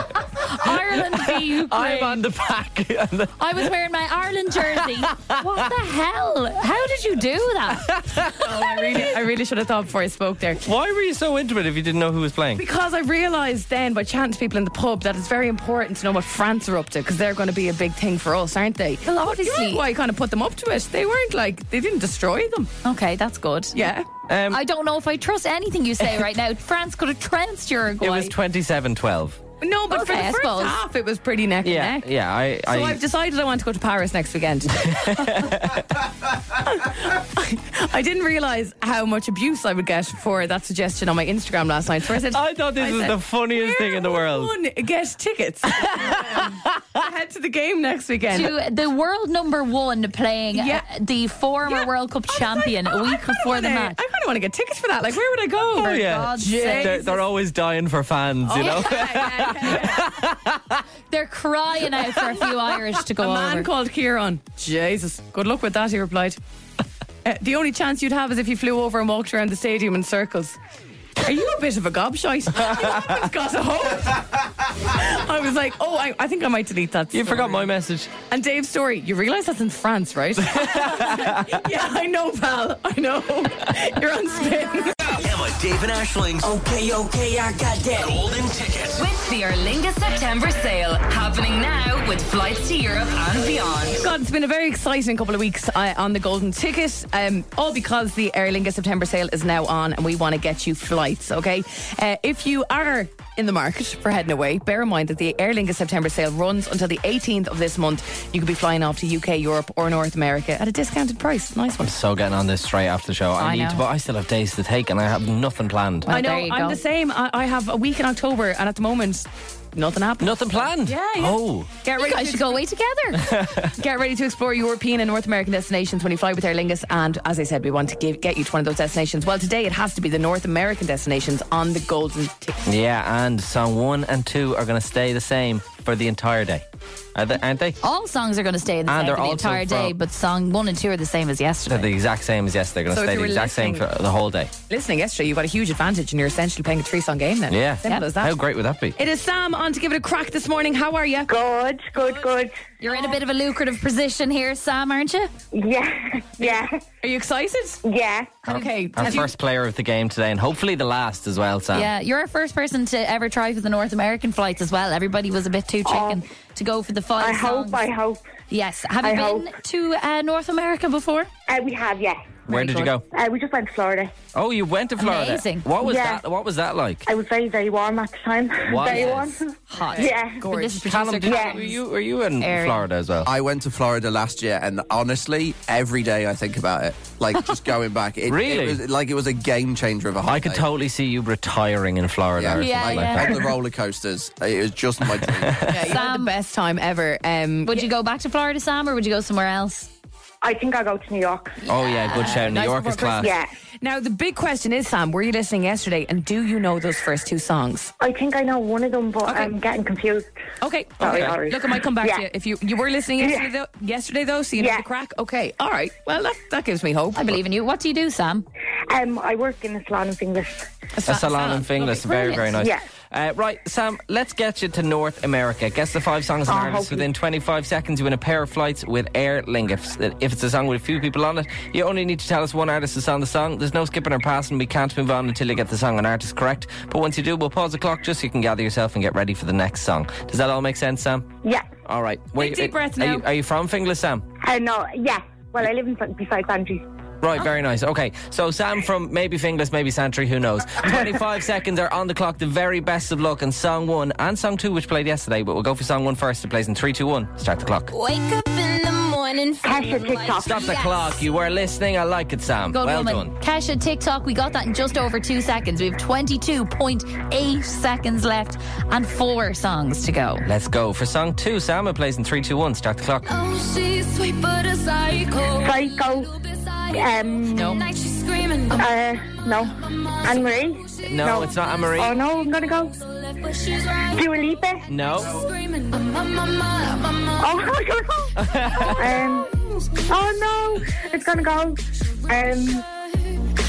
E: Ireland v Ukraine.
D: I'm on the back. And the-
E: I was wearing my Ireland jersey. what the hell? How did you do that?
C: I really, I really should have thought before I spoke there.
D: Why were you so into it if you didn't know who was playing?
C: Because I realised then by chance people in the pub that it's very important to know what France are up to because they're going to be a big thing for us, aren't they?
E: Well,
C: But
E: obviously.
C: Uruguay kind of put them up to it. They weren't like, they didn't destroy them.
E: Okay, that's good.
C: Yeah.
D: Um,
E: I don't know if I trust anything you say right now. France could have trounced Uruguay.
D: it was 27 12.
C: No, but for
E: Okay,
C: the
E: I
C: first
E: suppose.
C: half, it was pretty neck
D: Yeah,
C: and neck.
D: yeah. I,
C: So
D: I,
C: I've decided I want to go to Paris next weekend. I didn't realise how much abuse I would get for that suggestion on my Instagram last night. So I said,
D: I thought this was the funniest thing in the
C: "Where
D: world.
C: would one get tickets. Um, to head to the game next weekend.
E: to the world number one playing uh,
C: Yeah.
E: the former
C: Yeah.
E: World Cup
C: I was
E: champion
C: like,
E: a
C: oh, I
E: week
C: kinda
E: before the
C: wanna-
E: match.
C: I kind of want to get tickets for that. Like, where would I go?
D: Oh, yeah.
E: God's sake.
D: They're, they're always dying for fans, you know?
E: They're crying out for a few Irish to go
C: A man
E: over.
C: called Kieran. Jesus, good luck with that, he replied. Uh, the only chance you'd have is if you flew over and walked around the stadium in circles. Are you a bit of a gobshite? I've got a hope. I was like, oh, I, I think I might delete that.
D: You
C: story.
D: forgot my message.
C: And Dave's story, you realise that's in France, right? yeah, I know, pal. I know. You're on spin.
A: Emma, Dave, and Ashling's
H: Okay, okay, I got that.
A: Golden Ticket.
I: With the Erlinga September sale happening now with flights to Europe and beyond.
C: God, it's been a very exciting couple of weeks uh, on the Golden Ticket, um, all because the Aer Lingus September sale is now on and we want to get you flights, okay? Uh, if you are in the market for heading away, bear in mind that the Aer Lingus September sale runs until the 18th of this month. You could be flying off to UK, Europe, or North America at a discounted price. Nice one.
D: So getting on this straight after the show. I,
E: I
D: need
E: know.
D: to, but I still have days to take and I have nothing planned.
E: Well,
C: I know,
E: Oh, there you
C: I'm
E: go.
C: the same. I, I have a week in October, and at the moment, nothing happened.
D: Nothing planned?
C: Yeah, yeah.
D: Oh.
C: Get
E: You
C: ready
E: guys
C: to
E: should go away together.
C: Get ready to explore European and North American destinations when you fly with Aer Lingus. And as I said, we want to give, get you to one of those destinations. Well, today it has to be the North American destinations on the Golden Ticket.
D: Yeah, and song one and two are going to stay the same for the entire day. Are they, aren't
C: Oh.
D: they?
E: all songs are going to stay the
D: And
E: same
D: they're
E: for the
D: also
E: entire day,
D: from-
E: but song one and two are the same as
D: They're
E: yesterday.
D: the exact same as yesterday. They're
C: So
D: going
C: if
D: to stay
C: you
D: the
C: were
D: exact same for
C: listening-
D: the whole day.
C: Listening yesterday, you got a huge advantage and you're essentially playing a three song game then.
D: Yeah.
C: Simple as that.
D: How great would that be?
C: It is Sam on to give it a crack this morning. How are you?
J: Good, good, good.
E: You're in a bit of a lucrative position here, Sam, aren't you?
J: Yeah, yeah,
C: Are you excited?
J: yeah.
C: Okay.
D: Our
C: did you-
D: first player of the game today, and hopefully the last as well,
J: Uh.
D: Sam.
E: Yeah, you're our first person to ever try for the North American flights as well. Everybody was a bit too chicken to go for the five.
J: Oh. I hope,
E: songs.
J: I hope.
E: Yes. Have you
J: I
E: been
J: hope.
E: to uh, North America before?
J: Uh, we have, yeah.
D: Where did you go?
J: Uh, we just went to Florida.
D: Oh, you went to Florida.
E: Amazing.
D: What was
J: Yeah.
D: that? What was that like?
J: I was very, very warm at the time.
D: Was?
J: Very
D: Yes.
J: warm.
E: Hot.
J: Yeah.
E: But This is
D: Callum,
E: producer
D: did
J: Yeah.
D: you, were you were you in
E: Airy.
D: Florida as well?
F: I went to Florida last year, and honestly, every day I think about it. Like just going back, it,
D: Really?
F: it was, like it was a game changer of a
D: I
F: holiday.
D: could totally see you retiring in Florida or
F: Yeah,
D: something
E: Yeah,
D: like
F: like
E: yeah.
D: that.
F: on the roller coasters, it was just my dream.
C: Yeah, you had the
E: Sam-
C: best time ever. Um,
E: Would you go back to Florida, Sam, or would you go somewhere else?
J: I think I'll go to New York.
D: Oh yeah, good shout. New
C: Nice
D: York
C: before
D: is class.
J: Yeah.
C: now, the big question is, Sam, were you listening yesterday and do you know those first two songs?
J: I think I know one of them, but I'm getting confused.
C: Okay.
J: Sorry,
C: okay.
J: Irish.
C: Look, I might come back
J: Yeah.
C: to you if you you were listening yesterday,
J: Yeah.
C: though, yesterday though, so you know
J: Yeah.
C: the crack. Okay, all right. Well, that, that gives me hope.
E: I believe in you. What do you do, Sam?
J: Um, I work in a salon in Finglas.
D: A salon and fingless, very very nice.
J: Yeah.
D: Uh, right, Sam. Let's get you to North America. Guess the five songs
C: Oh,
D: and artists
J: hopefully.
D: within 25 seconds. You win a pair of flights with Air Lingus. If it's a song with a few people on it, you only need to tell us one artist is on the song. There's no skipping or passing. We can't move on until you get the song and artist correct. But once you do, we'll pause the clock just so you can gather yourself and get ready for the next song. Does that all make sense, Sam?
J: Yeah.
D: All right. Wait,
C: deep
D: are-
C: breath
D: are
C: now.
D: you- Are you from Finglas, Sam?
J: Uh, no, yeah. Well, I live in beside Andrews.
D: Right, very nice. Okay, so Sam from maybe Finglas, maybe Santry, who knows? 25 seconds are on the clock. The very best of luck. And song one and song two, which played yesterday, but we'll go for song one first. It plays in three, two, one. Start the clock.
H: Wake up in the morning.
J: Kesha TikTok.
D: Stop the clock. You were listening. I like it, Sam.
E: Good
D: well
E: woman.
D: done.
E: Kesha, TikTok, we got that in just over two seconds. We have 22.8 seconds left and four songs to go.
D: Let's go for song two. Sam, it plays in three, two, one. Start the clock.
H: Oh, she's sweet but a psycho.
J: Psycho. Um,
E: No.
H: Night she's
K: screaming.
J: Uh, no. Anne Marie?
L: No, it's not Anne-Marie.
J: Oh no, I'm gonna go.
K: But she's right.
J: Dua Lipa?
L: No.
K: Screaming. I'm on my mind, I'm on my
J: Oh, I don't know. um, oh no, it's gonna go. Um,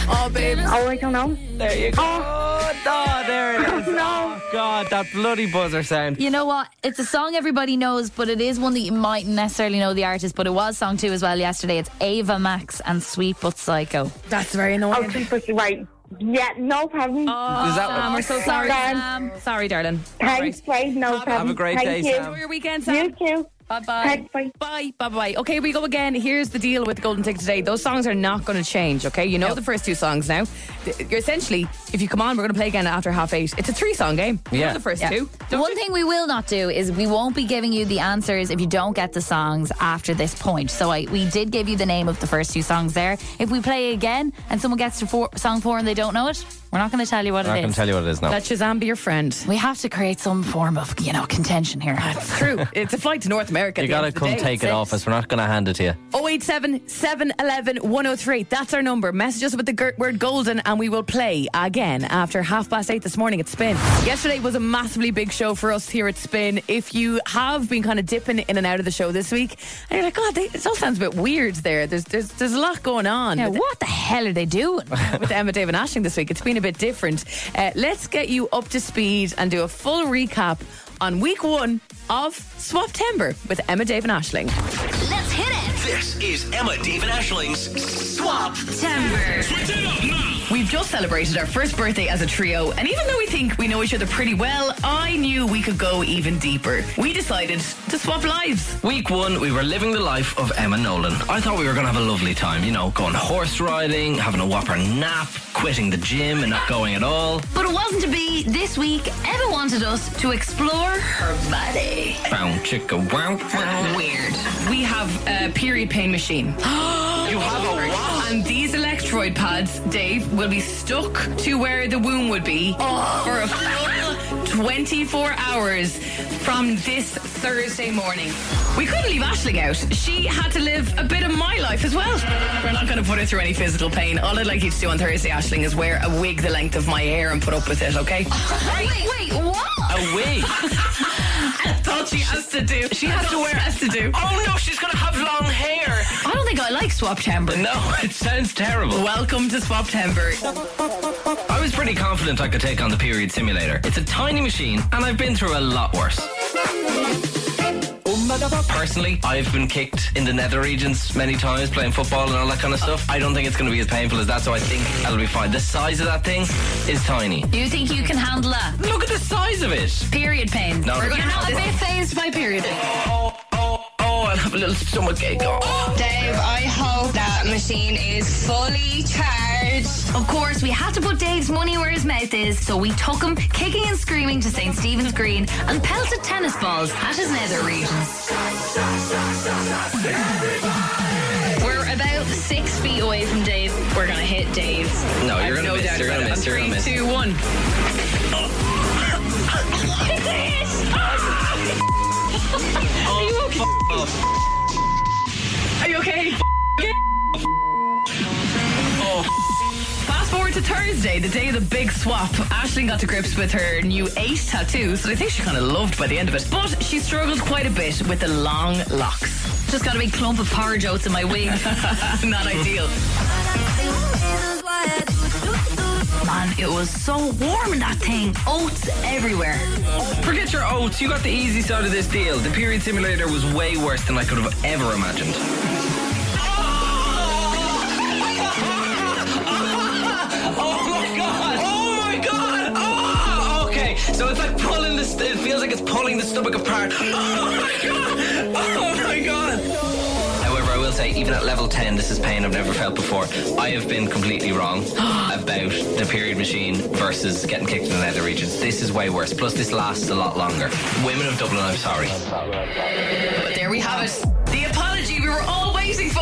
C: Oh, babe.
J: oh, I don't know.
L: There you go. Oh, there it is.
J: No.
L: Oh, God, that bloody buzzer sound.
E: You know what? It's a song everybody knows, but it is one that you mightn't necessarily know the artist, but it was song two as well yesterday. It's Ava Max and Sweet But Psycho.
C: That's very
J: Oh,
C: annoying.
J: but right. Yeah, no problem.
L: Is that-
E: Sam, we're so sorry,
J: Sam.
E: Sam.
C: Sorry, darling.
J: Thanks, right? No problem.
L: Have a great
J: Thank
L: day,
J: you.
L: Sam. Oh.
C: Enjoy your weekend, Sam.
J: You too.
C: Bye-bye.
J: Thanks, bye.
C: Bye, bye, bye. Okay, we go again. Here's the deal with the Golden Ticket today. Those songs are not going to change, okay? You know the first two songs now. Th- You're essentially, if you come on, we're going to play again after half eight. It's a three song game. You know
L: Yeah.
C: the first
E: Yeah.
C: two.
E: The
C: Don't
E: one
C: you-
E: thing we will not do is we won't be giving you the answers if you don't get the songs after this point. So I, we did give you the name of the first two songs there. If we play again and someone gets to four, song four and they don't know it, we're not going to tell you what
L: I'm not
E: it
L: going
E: is.
L: to tell you what it is now.
C: Let Shazam be your friend.
E: we have to create some form of you know contention here.
C: True. It's a flight to North America.
L: you got to come take it off us. We're not going to hand it to you.
C: 087 711 103. That's our number. Message us with the gir- word golden and we will play again after half past eight this morning at Spin. Yesterday was a massively big show for us here at Spin. If you have been kind of dipping in and out of the show this week, and you're like, God, they, it all sounds a bit weird there. There's there's, there's a lot going on.
E: Now,
C: with-
E: what the hell are they doing?
C: with Emma, Dave, and Ashing this week. It's been a bit different. Uh, let's get you up to speed and do a full recap on week one of Swap Timber with Emma, Dave, and Ashling.
I: Let's hit it.
D: This is Emma, David Ashling's Swap.
C: We've just celebrated our first birthday as a trio, and even though we think we know each other pretty well, I knew we could go even deeper. We decided to swap lives.
D: Week one, we were living the life of Emma Nolan. I thought we were going to have a lovely time, you know, going horse riding, having a whopper nap, quitting the gym and not going at all.
I: But it wasn't to be. This week, Emma wanted us to explore her body.
D: Bow, chicka, wow, wow.
I: Weird.
C: We have a period pain machine.
D: You have a what?
C: And these electroid pads, Dave, will be stuck to where the womb would be for a full 24 hours from this Thursday morning. We couldn't leave Ashling out. She had to live a bit of my life as well. We're not going to put her through any physical pain. All I'd like you to do on Thursday, Ashling, is wear a wig the length of my hair and put up with it, okay?
I: Wait, wait, what?
D: A wig.
C: That's all she has to do. She has to wear has to do.
D: Oh no, she's going to have long hair.
I: I don't think I like swap timber.
D: No, it sounds terrible.
C: Welcome to Swap Timber.
D: I was pretty confident I could take on the period simulator. It's a tiny machine, and I've been through a lot worse. Personally, I've been kicked in the nether regions many times playing football and all that kind of stuff. I don't think it's going to be as painful as that, so I think I'll be fine. The size of that thing is tiny.
I: Do you think you can handle that?
D: Look at the size of it.
I: Period pain.
D: No.
I: We're going to have a bit phased by period pain.
D: Oh, oh, oh, I'll have a little stomach ache. Oh.
M: Dave, I hope that machine is fully charged.
I: Of course, we had to put Dave's money where his mouth is, so we took him kicking and screaming to St. Stephen's Green and pelted tennis balls at his nether regions.
M: We're about six feet away from Dave. We're gonna hit Dave.
D: No, you're going to miss. You're going to miss. You're going to miss.
C: Two, one. Are you okay? Fast forward to Thursday, the day of the big swap. Ashlyn got to grips with her new eight tattoos that I think she kind of loved by the end of it. But she struggled quite a bit with the long locks.
I: Just got a big clump of porridge oats in my wig.
C: Not ideal.
I: Man, it was so warm in that thing. Oats everywhere.
D: Forget your oats. You got the easy side of this deal. The period simulator was way worse than I could have ever imagined. Oh my god! Oh my god! Oh! Okay, so it's like pulling the. St- it feels like it's pulling the stomach apart. Oh my god! Oh my god! However, I will say, even at level 10, this is pain I've never felt before. I have been completely wrong about the period machine versus getting kicked in the nether regions. This is way worse. Plus, this lasts a lot longer. Women of Dublin, I'm sorry.
C: But there we have it. The apology we were all waiting for.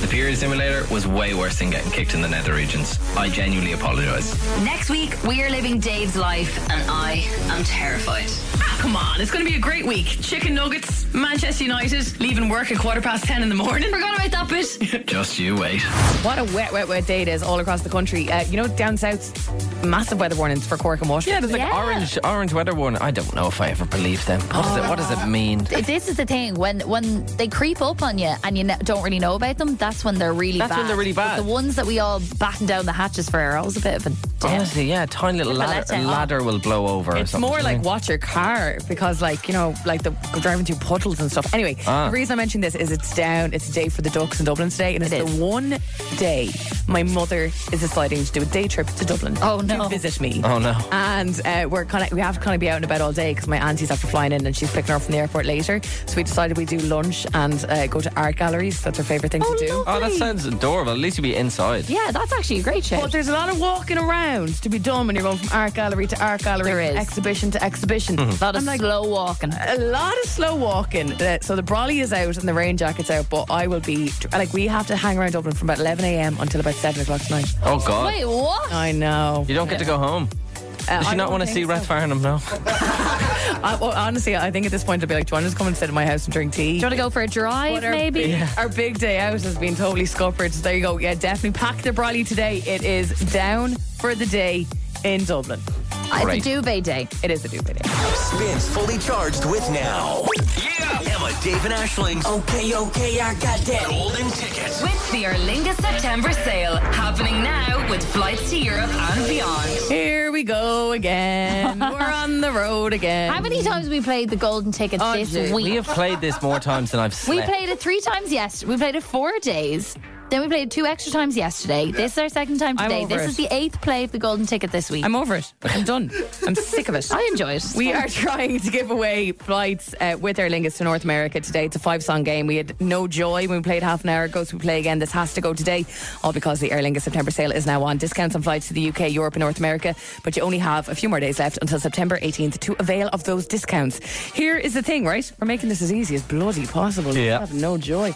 D: The period simulator was way worse than getting kicked in the nether regions. I genuinely apologise.
I: Next week, we are living Dave's life, and I am terrified.
N: Ah, come on. It's going to be a great week. Chicken nuggets, Manchester United, leaving work at quarter past ten in the morning.
E: Forgot about that bit.
A: Just you wait.
C: What a wet, wet, wet day it is all across the country. Uh, you know, down south, massive weather warnings for Cork and Waterford.
D: Yeah, there's like orange, orange weather warning. I don't know if I ever believe them. What, does, it, what does it mean?
E: Th- This is the thing when when they creep up on you and you ne- don't really know about them. That's when they're really
D: That's
E: bad.
D: when they're really
E: But
D: bad.
E: the ones that we all batten down the hatches for are always a bit of a dip.
D: Honestly, yeah, a tiny little
E: Bit of a
D: ladder,
E: letdown.
D: ladder will blow over. or
E: It's
D: something.
C: more like watch your car because, like, you know, like the driving through puddles and stuff. Anyway,
D: Ah.
C: the reason I mentioned this is it's down, it's a day for the Ducks in Dublin today, and it's the one day my mother is deciding to do a day trip to Dublin. Oh, no. To visit me.
D: Oh, no.
C: And uh, we're kind of, we have to kind of be out and about all day because my auntie's after flying in and she's picking her up from the airport later. So we decided we do lunch and uh, go to art galleries. That's her favourite thing to do.
D: Oh, that sounds adorable. At least you'll be inside.
E: Yeah, that's actually a great show.
C: But there's a lot of walking around to be done when you're going from art gallery to art gallery, from exhibition to exhibition.
D: Mm-hmm.
E: A lot of slow walking.
C: A lot of slow walking. Uh, so the brolly is out and the rain jacket's out, but I will be like we have to hang around Dublin from about 11 a.m. until about seven o'clock tonight.
D: Oh, God. Wait,
E: what?
C: I know.
D: You don't get to go home.
C: Uh,
D: Does
C: I
D: she not
C: don't
D: want to
C: think
D: see Rath Farnham now?
C: I, well, honestly, I think at this point I'd be like, do you want to just come and sit at my house and drink tea? Do you
E: want to go for a drive, maybe?
C: Big,
E: Yeah.
C: Our big day out has been totally scuppered. So there you go. Yeah, definitely pack the brolly today. It is down for the day in Dublin.
E: It's a duvet day.
C: It is a duvet day.
O: Spins fully charged with now. Yeah! Emma, Dave, and Ashling's. Okay, okay, I got that. Golden ticket.
I: With the Erlinga September sale happening now with flights to Europe and beyond.
C: Here we go again. We're on the road again.
E: How many times we played the golden tickets this week?
D: We have played this more times than I've
E: We
D: slept.
E: played it three times yesterday. We played it four days. Then we played two extra times yesterday. This is our second time
C: I'm
E: today.
C: over
E: This
C: it.
E: is the eighth play of the golden ticket this week. I'm
C: over it. I'm done. I'm sick of it.
E: I enjoy it.
C: We are trying to give away flights uh, with Aer Lingus to North America today. It's a five song game. We had no joy when we played half an hour ago, so we play again. This has to go today, all because the Aer Lingus September sale is now on. Discounts on flights to the UK, Europe, and North America, but you only have a few more days left until September 18th to avail of those discounts. Here is the thing, right? We're making this as easy as bloody possible.
D: Yeah.
C: You have no joy.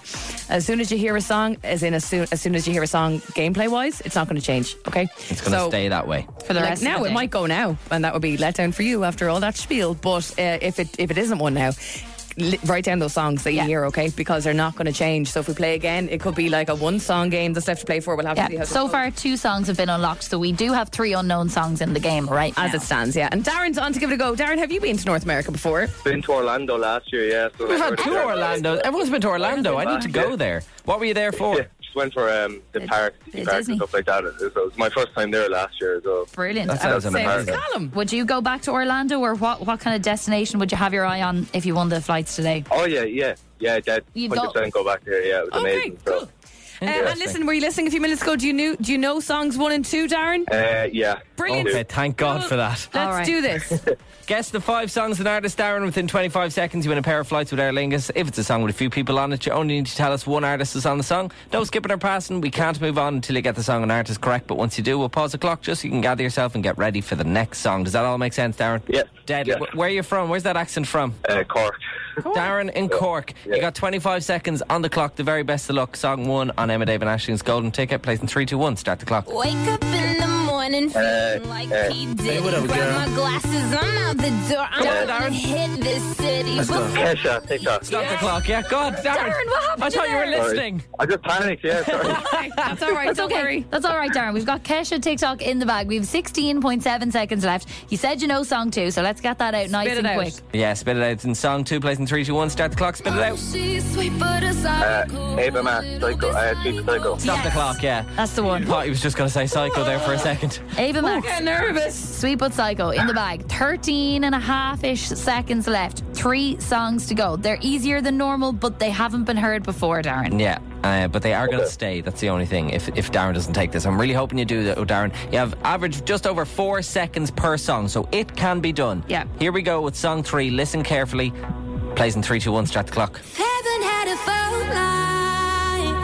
C: As soon as you hear a song, as in as soon as, soon as you hear a song gameplay wise, it's not going to change, okay?
D: It's going to stay that way.
C: for the rest. Now it might go now, and that would be let down for you after all that spiel. But uh, if it if it isn't one now. li- write down those songs that you hear, okay? Because they're not going to change. So if we play again, it could be like a one song game that's left to play for. We'll have to see
E: Yeah.
C: how
E: So far, two songs have been unlocked, so we do have three unknown songs in the game right
C: as it stands. Yeah, and Darren's on to give it a go. Darren, have you been to North America before?
P: Been to Orlando last year, yeah. So
D: We've had two Orlando. Everyone's been to Orlando. I need to go there. What were you there for?
P: Just went for um, the park, the park and stuff like that. It was, it was my first time there last year, so
E: Brilliant.
P: That
E: I
P: sounds
E: would say-
P: amazing.
E: Would you go back to Orlando, or what? What kind of destination would you have your eye on if you won the flights today?
P: Oh yeah, yeah, yeah. That
E: You
P: hundred percent go back there. Yeah, it was amazing. So,
C: Uh, and listen, were you listening a few minutes ago? Do you knew, do you know songs one and two, Darren?
P: uh, yeah.
C: Brilliant.
D: Okay, thank God for that.
C: Let's do this.
D: Guess the five songs and artist, Darren. Within 25 seconds, you win a pair of flights with Aer Lingus. If it's a song with a few people on it, you only need to tell us one artist is on the song. No skipping or passing. We can't move on until you get the song and artist correct. But once you do, we'll pause the clock just so you can gather yourself and get ready for the next song. Does that all make sense, Darren? Yeah. Dead.
P: Yeah.
D: Wh- Where are you from? Where's that accent from?
P: Uh, Cork.
D: Darren in Cork. You got 25 seconds on the clock. The very best of luck. Song one on Emma David Ashling's Golden Ticket. Plays in 3, 2, 1. Start the clock.
H: Wake up in the morning feeling like
D: uh,
H: P.
D: hey,
H: Diddy.
D: what up,
H: Grab
D: girl?
H: my glasses, I'm out the door. I'm
D: Come on,
H: gonna
D: Darren.
H: hit this city.
P: Let's go. Yeah, sure, take that.
D: Stop the clock. Yeah, God, Darren.
E: Darren, what happened
D: I
E: to
D: thought you were
E: Darren?
D: listening.
P: I just panicked. Yeah, sorry.
C: That's all right.
E: That's
C: don't
E: okay.
C: worry.
E: That's all right, Darren. We've got Kesha TikTok in the bag. We have 16.7 seconds left. You said you know song two, so let's get that out nice
C: it
E: and
C: out.
E: quick.
D: Yeah, spit it out. It's in song two, plays in three, two, one. Start the clock. Spit it out.
H: She's sweet but a
P: Uh,
H: psycho.
P: Ava Max, Psycho. Uh, Sweet Psycho.
D: Stop the clock. Yeah,
E: that's the one.
D: Thought he was just going to say psycho there for a second.
E: Ava Max.
C: get nervous.
E: Sweet but psycho in the bag. 13 and a half ish seconds left. Three songs to go. They're easier than normal, but they haven't been heard before, Darren.
D: Yeah, uh, but they are going to stay. That's the only thing. If if Darren doesn't take this, I'm really hoping you do that, oh, Darren. You have average of just over four seconds per song, so it can be done.
H: Yeah.
D: Here we go with song three. Listen carefully. Plays in three, two, one. Start the clock.
H: Heaven had a phone line.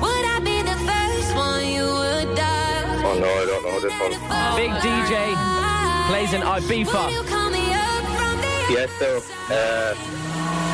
H: Would I be the first one you would die?
P: Oh no, I don't know this one.
D: Big DJ plays in Ibiza.
H: Call me up.
P: Yes, sir. Uh,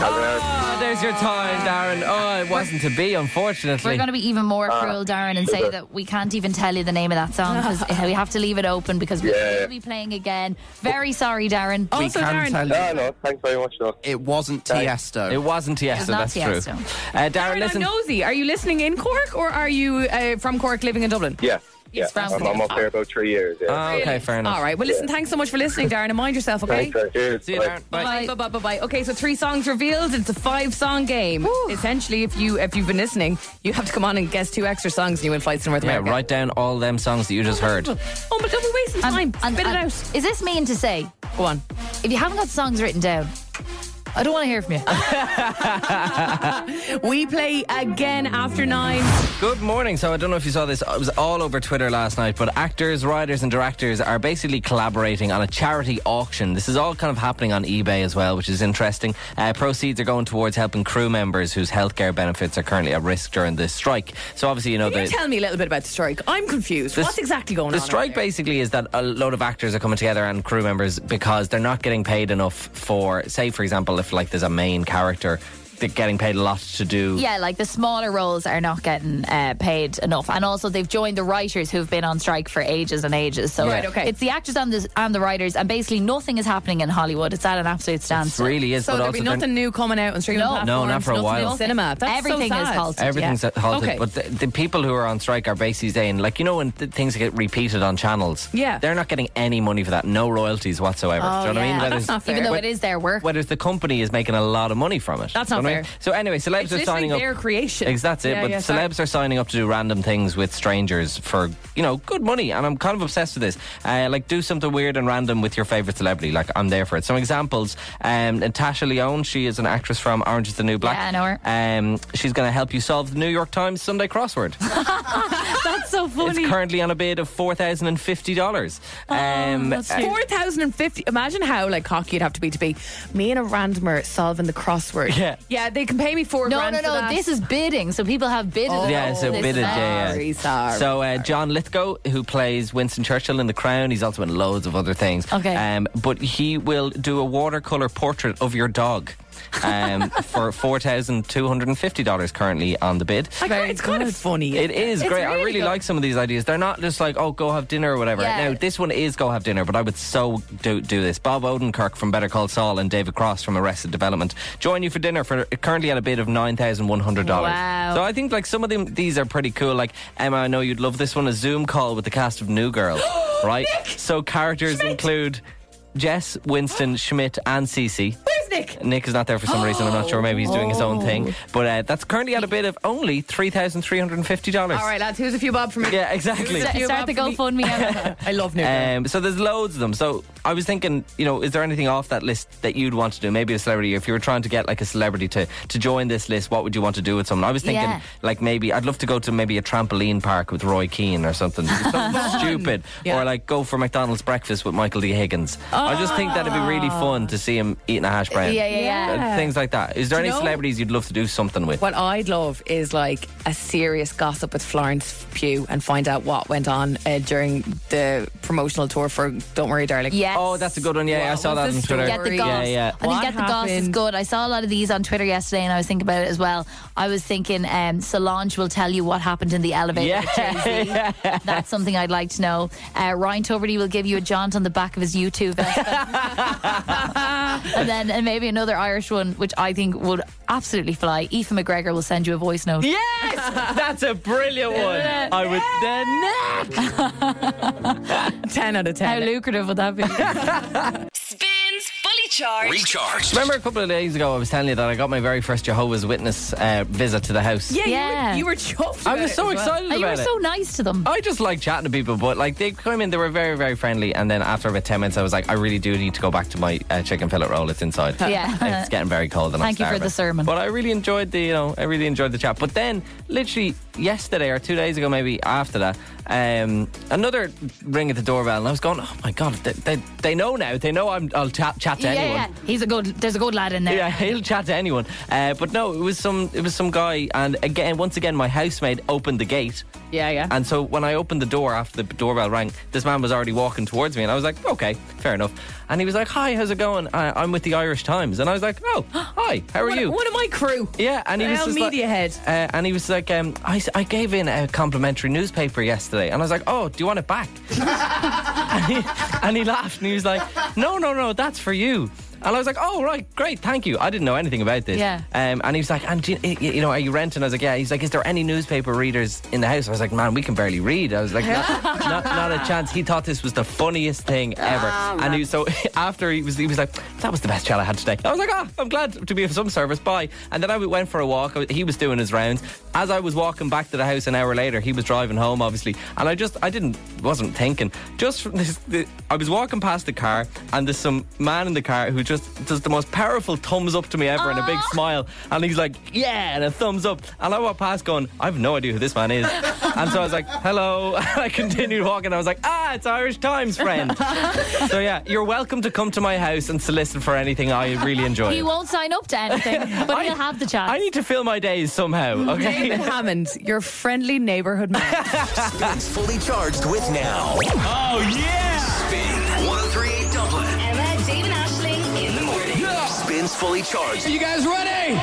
D: Oh, there's your time, Darren. Oh, it wasn't to be, unfortunately.
E: We're going to be even more
D: Ah,
E: cruel, Darren, and say
D: sugar.
E: that we can't even tell you the name of that song because we have to leave it open because we
F: Yeah.
E: will be playing again. Very sorry, Darren.
F: we can
C: Oh.
F: tell you.
P: No, no, thanks very much. No.
F: It wasn't Tiesto.
D: Uh, It wasn't Tiesto,
E: It's not
D: that's true.
E: Tiesto.
D: Uh, Darren,
C: Darren, I'm
D: listen.
C: nosy. Are you listening in Cork or are you uh, from Cork living in Dublin?
P: Yeah. Yeah,
C: round
P: I'm, I'm up
C: corner.
P: there about three years. Yeah.
D: Oh, okay, fair
C: All right. Well, listen, thanks so much for listening, Darren, and mind yourself, okay?
P: See you, Darren.
C: Bye bye bye bye. bye. Okay, so three songs revealed. It's a five-song game. Essentially, if you if you've been listening, you have to come on and guess two extra songs, and you win flights to North
D: Yeah,
C: America.
D: write down all them songs that you just heard.
C: Oh, but don't be wasting
E: time. Spit it out. Is this mean to say?
C: Go on.
E: If you haven't got songs written down, I don't want to hear from you.
C: we play again after nine.
D: Good morning. So I don't know if you saw this. It was all over Twitter last night, but actors, writers, and directors are basically collaborating on a charity auction. This is all kind of happening on eBay as well, which is interesting. Uh, proceeds are going towards helping crew members whose healthcare benefits are currently at risk during the strike. So obviously, you know
C: Can you
D: the.
C: tell me a little bit about the strike? I'm confused.
D: The-
C: What's exactly going
D: the
C: on?
D: strike basically is that a load of actors are coming together and crew members because they're not getting paid enough for, say, for example, if like there's a main character, they're getting paid a lot to do.
E: Yeah, like the smaller roles are not getting uh, paid enough, and also they've joined the writers who've been on strike for ages and ages. So
D: Right, okay.
E: it's the actors and the and the writers, and basically nothing is happening in Hollywood. It's at an absolute standstill.
D: really is, So but there'll be also they're- nothing
C: new coming out on streaming
E: no.
D: No, not for a while.
C: cinema. That's so
E: Everything is
C: sad.
E: halted.
D: Everything's
E: yeah.
D: halted.
E: Okay.
D: But the, the people who are on strike are basically saying, like, you know, when th- things get repeated on channels,
E: Yeah.
D: they're not getting any money for that, no royalties whatsoever. Do you know what I mean? Whether it's-
E: Even though
D: whe-
E: it is their work.
D: Whether it's the company is making a lot of money from it.
E: That's
D: Do you know
E: not
D: what I mean?
E: fair.
D: So anyway, celebs
C: It's
D: are
C: literally
D: signing up.
C: their creation.
D: Ex- That's it.
C: Yeah,
D: but
C: yeah, sorry.
D: celebs are signing up to do random things with strangers for you know good money, and I'm kind of obsessed with this. Uh, like do something weird and random with your favorite celebrity. Like I'm there for it. Some examples: um, Natasha Leone, she is an actress from Orange Is the New Black.
E: Yeah, I know her.
D: Um, she's going to help you solve the New York Times Sunday crossword.
C: That's so funny.
D: It's currently on a bid of four thousand and fifty dollars. Um, uh,
C: Four thousand and fifty. Imagine how like cocky you'd have to be to be me and a randomer solving the crossword.
D: Yeah.
C: yeah. They can pay me four.
E: No,
C: grand
E: no,
C: for
E: no.
C: that.
E: This is bidding, so people have bidded.
C: Oh,
E: on
D: yeah, so
E: this
D: bit of yeah,
E: now.
D: yeah. So uh, John Lithgow, who plays Winston Churchill in The Crown, he's also in loads of other things.
E: Okay.
D: um, but he will do a watercolor portrait of your dog um, for four thousand two hundred and fifty dollars currently on the bid.
C: I can't- Oh, it's kind of funny.
D: It is
C: It's
D: great. I
C: really
D: really
C: good.
D: like some of these ideas. They're not just like, oh, go have dinner or whatever.
C: Yeah.
D: Now, this one is go have dinner, but I would so do, do this. Bob Odenkirk from Better Call Saul and David Cross from Arrested Development join you for dinner for currently at a bid of $9,100.
E: Wow.
D: So I think like some of them, these are pretty cool. Like, Emma, I know you'd love this one a Zoom call with the cast of New Girl, right? So characters include Jess, Winston, Schmidt, and Cece.
C: Where's Nick?
D: Nick is not there for some reason. I'm not sure. Maybe he's doing his own
C: Oh.
D: thing. But uh, that's currently at a bid of only three thousand three hundred and fifty dollars.
C: All right, lads. Who's a few bob for me?
D: Yeah, exactly.
E: Sta- Start the GoFundMe. Emma.
C: I love New Girl.
D: Um, so there's loads of them. So I was thinking, you know, is there anything off that list that you'd want to do? Maybe a celebrity. If you were trying to get like a celebrity to to join this list, what would you want to do with someone? I was thinking,
E: Yeah.
D: like maybe I'd love to go to maybe a trampoline park with Roy Keane or something, something stupid,
C: Yeah.
D: or like go for McDonald's breakfast with Michael D Higgins. I just think that'd be really fun to see him eating a hash brown.
C: Yeah, yeah, yeah.
D: Uh, Things like that. Is there
C: Do you
D: any
C: know-
D: celebrities you'd love to do something with?
C: What I'd love is like a serious gossip with Florence Pugh and find out what went on uh, during the promotional tour for Don't Worry Darling.
E: Yes.
D: Oh, that's a good one. Yeah, I saw that on Twitter.
E: Get the
D: Yeah,
E: goss.
D: yeah.
E: I think
C: What
E: get the goss is
C: happened?
E: good. I saw a lot of these on Twitter yesterday, and I was thinking about it as well. I was thinking um, Solange will tell you what happened in the elevator. with Jay-Z. That's something I'd like to know. Uh, Ryan Tuberty will give you a jaunt on the back of his YouTube, and then and maybe another Irish one, which I think would absolutely fly. Ethan McGregor will send you a voice note.
D: Yes, that's a brilliant one. I would then.
C: 10 out of 10.
E: How lucrative would that be?
Q: Spins fully charged.
O: Recharged.
D: Remember a couple of days ago, I was telling you that I got my very first Jehovah's Witness uh, visit to the house.
C: Yeah,
E: Yeah.
C: You, were, you were chuffed.
D: I
C: about
D: was
C: it
D: so
C: as well.
D: excited
E: Oh, you
D: about
E: were
D: it. Oh,
E: so nice to them.
D: I just like chatting to people, but like they came in, they were very, very friendly. And then after about 10 minutes, I was like, I really do need to go back to my uh, chicken fillet roll. It's inside.
E: Yeah.
D: it's getting very cold. And I'm
E: Thank you for
D: starving.
E: the sermon.
D: But I really enjoyed the, you know, I really enjoyed the chat. But then, literally yesterday or two days ago, maybe after that, um, another ring at the doorbell. And I was going, oh my God, they, they, they know now. They know I'm, I'll chat, chat to
E: Yeah,
D: anyone. anyone.
E: yeah. He's a good. There's a good lad in there.
D: Yeah, he'll chat to anyone. Uh, but no, it was some it was some guy, and again, once again, my housemaid opened the gate.
C: Yeah, yeah.
D: And so when I opened the door after the doorbell rang, this man was already walking towards me, and I was like, okay, fair enough. And he was like, hi, how's it going? I, I'm with the Irish Times, and I was like, oh, hi, how are
C: One-
D: you?
C: One of my crew.
D: Yeah, and he was
C: Well,
D: just
C: media
D: like,
C: head.
D: Uh, and he was like, um, I, s- I gave in a complimentary newspaper yesterday, and I was like, oh, do you want it back? and, he, and he laughed, and he was like, no, no, no, that's for you. And I was like, oh, right, great, thank you. I didn't know anything about this.
E: Yeah.
D: Um, and he was like, and do you, you know, are you renting? I was like, yeah. He's like, is there any newspaper readers in the house? I was like, man, we can barely read. I was like, not, not, not a chance. He thought this was the funniest thing ever.
A: Ah,
D: and he
A: man.
D: was so after he was, he was like, that was the best chat I had today. I was like, ah, I'm glad to be of some service. Bye. And then I went for a walk. I- He was doing his rounds. As I was walking back to the house an hour later, he was driving home, obviously. And I just, I didn't, wasn't thinking. Just from this, the, I was walking past the car, and there's some man in the car who just does the most powerful thumbs up to me ever and a big smile. And he's like, yeah, and a thumbs up. And I walked past going, I have no idea who this man is. and so I was like, hello. And I continued walking. I was like, ah, it's Irish Times, friend. so yeah, you're welcome to come to my house and solicit for anything. I really enjoy
E: He
D: it.
E: won't sign up to anything, but he'll have the chat.
D: I need to fill my days somehow. Okay.
C: David Hammond, your friendly neighborhood man.
O: Spins fully charged with now.
C: Oh,
O: yeah! Spin 1038 Dublin.
I: Emma, David, Ashling in the morning.
O: Spins fully charged.
I: Are you guys ready?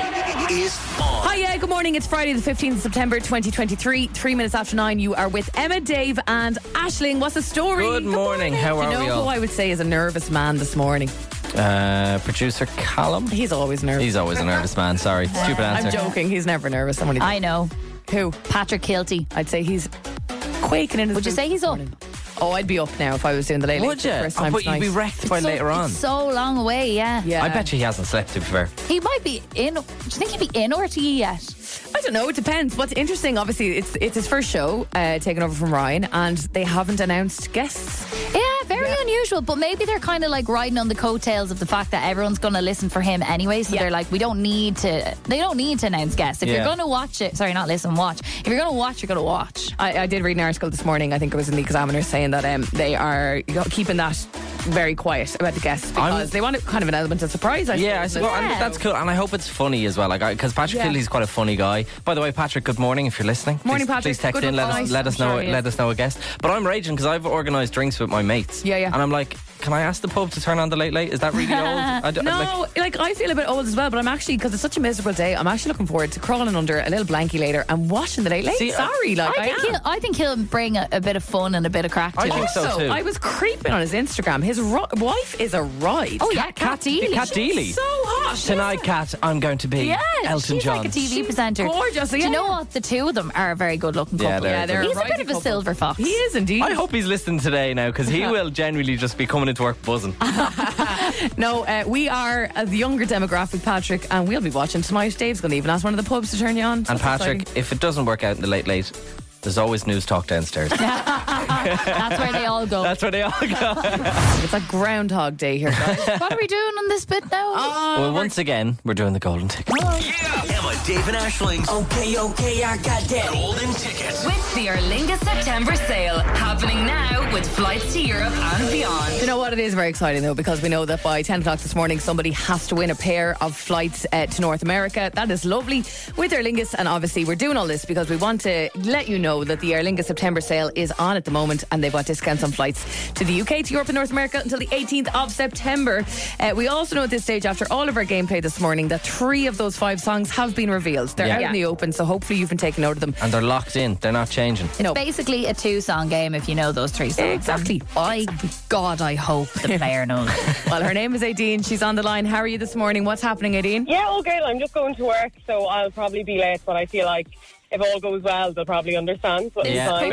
O: Is on.
C: Hi, yeah, good morning. It's Friday, the 15th of September, 2023. Three minutes after nine, you are with Emma, Dave, and Ashling. What's the story?
D: Good morning. How
C: Do
D: are
C: you know
D: we all?
C: who I would say is a nervous man this morning?
D: Uh, producer Callum.
C: He's always nervous.
D: He's always a nervous man. Sorry, stupid answer.
C: I'm joking. He's never nervous. Somebody
E: I know.
C: Who?
E: Patrick Kilty.
C: I'd say he's quaking in his
E: Would you say he's up?
C: Oh, I'd be up now if I was doing the late. late
D: Would
C: for the
D: ya?
C: First
D: Oh,
C: time
D: but you'd
C: tonight.
D: be wrecked It's by so- later it's on.
E: So long away, yeah.
C: Yeah.
D: I bet you he hasn't slept. To be fair.
E: He might be in. Do you think he'd be in RTE yet?
C: I don't know. It depends. What's interesting, obviously, it's it's his first show uh, taken over from Ryan, and they haven't announced guests.
E: Yeah, very unusual. But maybe they're kind of like riding on the coattails of the fact that everyone's going to listen for him anyway. So they're like, we don't need to. They don't need to announce guests. If
C: Yeah.
E: you're going to watch it, sorry, not listen, watch. If you're going to watch, you're going to watch.
C: I, I did read an article this morning. I think it was in the Examiner saying that um, they are keeping that very quiet about the guests because they want kind of an element of surprise. I
D: Yeah, I suppose and that's cool, and I hope it's funny as well. Like, because Patrick
C: Yeah.
D: Killy's quite a funny guy. By the way, Patrick, good morning. If you're listening,
C: Morning,
D: please,
C: Patrick.
D: Please text
C: Good
D: in. Let us
C: advice.
D: let us
C: I'm
D: know.
C: sure he
D: let
C: is.
D: us know a guest. But I'm raging because I've organised drinks with my mates.
C: Yeah, yeah.
D: And I'm like, can I ask the pub to turn on the late late? Is that really old? I don't- like-
C: no, like, I feel a bit old as well, but I'm actually because it's such a miserable day. I'm actually looking forward to crawling under a little blankie later and washing the late late.
E: See, I-
C: Sorry, like I,
E: I think
C: am.
E: he'll. I think he'll bring a, a bit of fun and a bit of crack. To
C: I
E: it.
C: think so Also, too. I was creeping on his Instagram. His ro- wife is a ride.
E: Oh yeah, Cat Deely.
D: Kat Deely.
E: She's so-
C: hot.
D: Tonight, Cat, I'm going to be
E: Yeah,
D: Elton
E: she's
D: John.
E: like a TV presenter.
C: gorgeous,
E: Do you know what? The two of them are a very good-looking couple.
D: Yeah, they're- Yeah, they're a
E: he's a,
C: rising
E: bit of a
C: couple.
E: silver fox.
C: He is indeed.
D: I hope he's listening today now because he will genuinely just be coming into work buzzing.
C: No, uh, we are uh, the younger demographic, Patrick, and we'll be watching tonight. Dave's going to even ask one of the pubs to turn you on.
D: and
C: That's
D: Patrick,
C: exciting.
D: if it doesn't work out in the late late, there's always news talk downstairs.
E: That's where they all go.
D: That's where they all go.
C: it's like Groundhog Day here. guys.
E: what are we doing on this bit now?
C: Oh,
D: well, once again, we're doing the golden ticket.
O: Yeah! Emma, Dave, and Ashling's. Okay, okay, I got that. Golden ticket.
I: With the Erlinga September sale happening now with flights to Europe and beyond.
C: You know what? It is very exciting though because we know that by 10 o'clock this morning, somebody has to win a pair of flights uh, to North America. That is lovely with Aer Lingus, and obviously we're doing all this because we want to let you know that the Aer Lingus September sale is on at the moment, and they've got discounts on flights to the UK, to Europe, and North America until the 18th of September. Uh, we also know at this stage, after all of our gameplay this morning, that three of those five songs have been revealed. They're
D: Yeah.
C: out in the open, so hopefully you've been taking note of them.
D: And they're locked in. They're not changing.
E: It's basically a two song game if you know those three songs.
C: Exactly.
E: By God, I hope the player knows.
C: Well, her name is Aideen. She's on the line. How are you this morning? What's happening, Aideen?
R: Yeah, all good. I'm just going to work, so I'll probably be late, but I feel like if all goes well, they'll probably understand. But it's fine.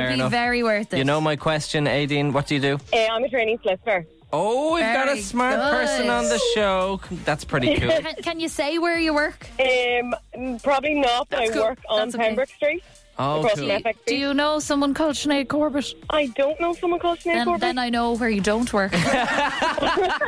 E: worth
D: You know my question, Aideen. What do you do?
R: Eh, I'm a training solicitor.
D: Oh, we've got a smart person on the show. That's pretty cool.
E: Can, can you say where you work?
R: mm, Um, probably not. I work on Pembroke Street.
D: Oh,
R: across
D: cool.
R: the FX
E: Do you know someone called Sinead Corbett?
R: I don't know someone called Sinead
E: then,
R: Corbett.
E: Then I know where you don't work.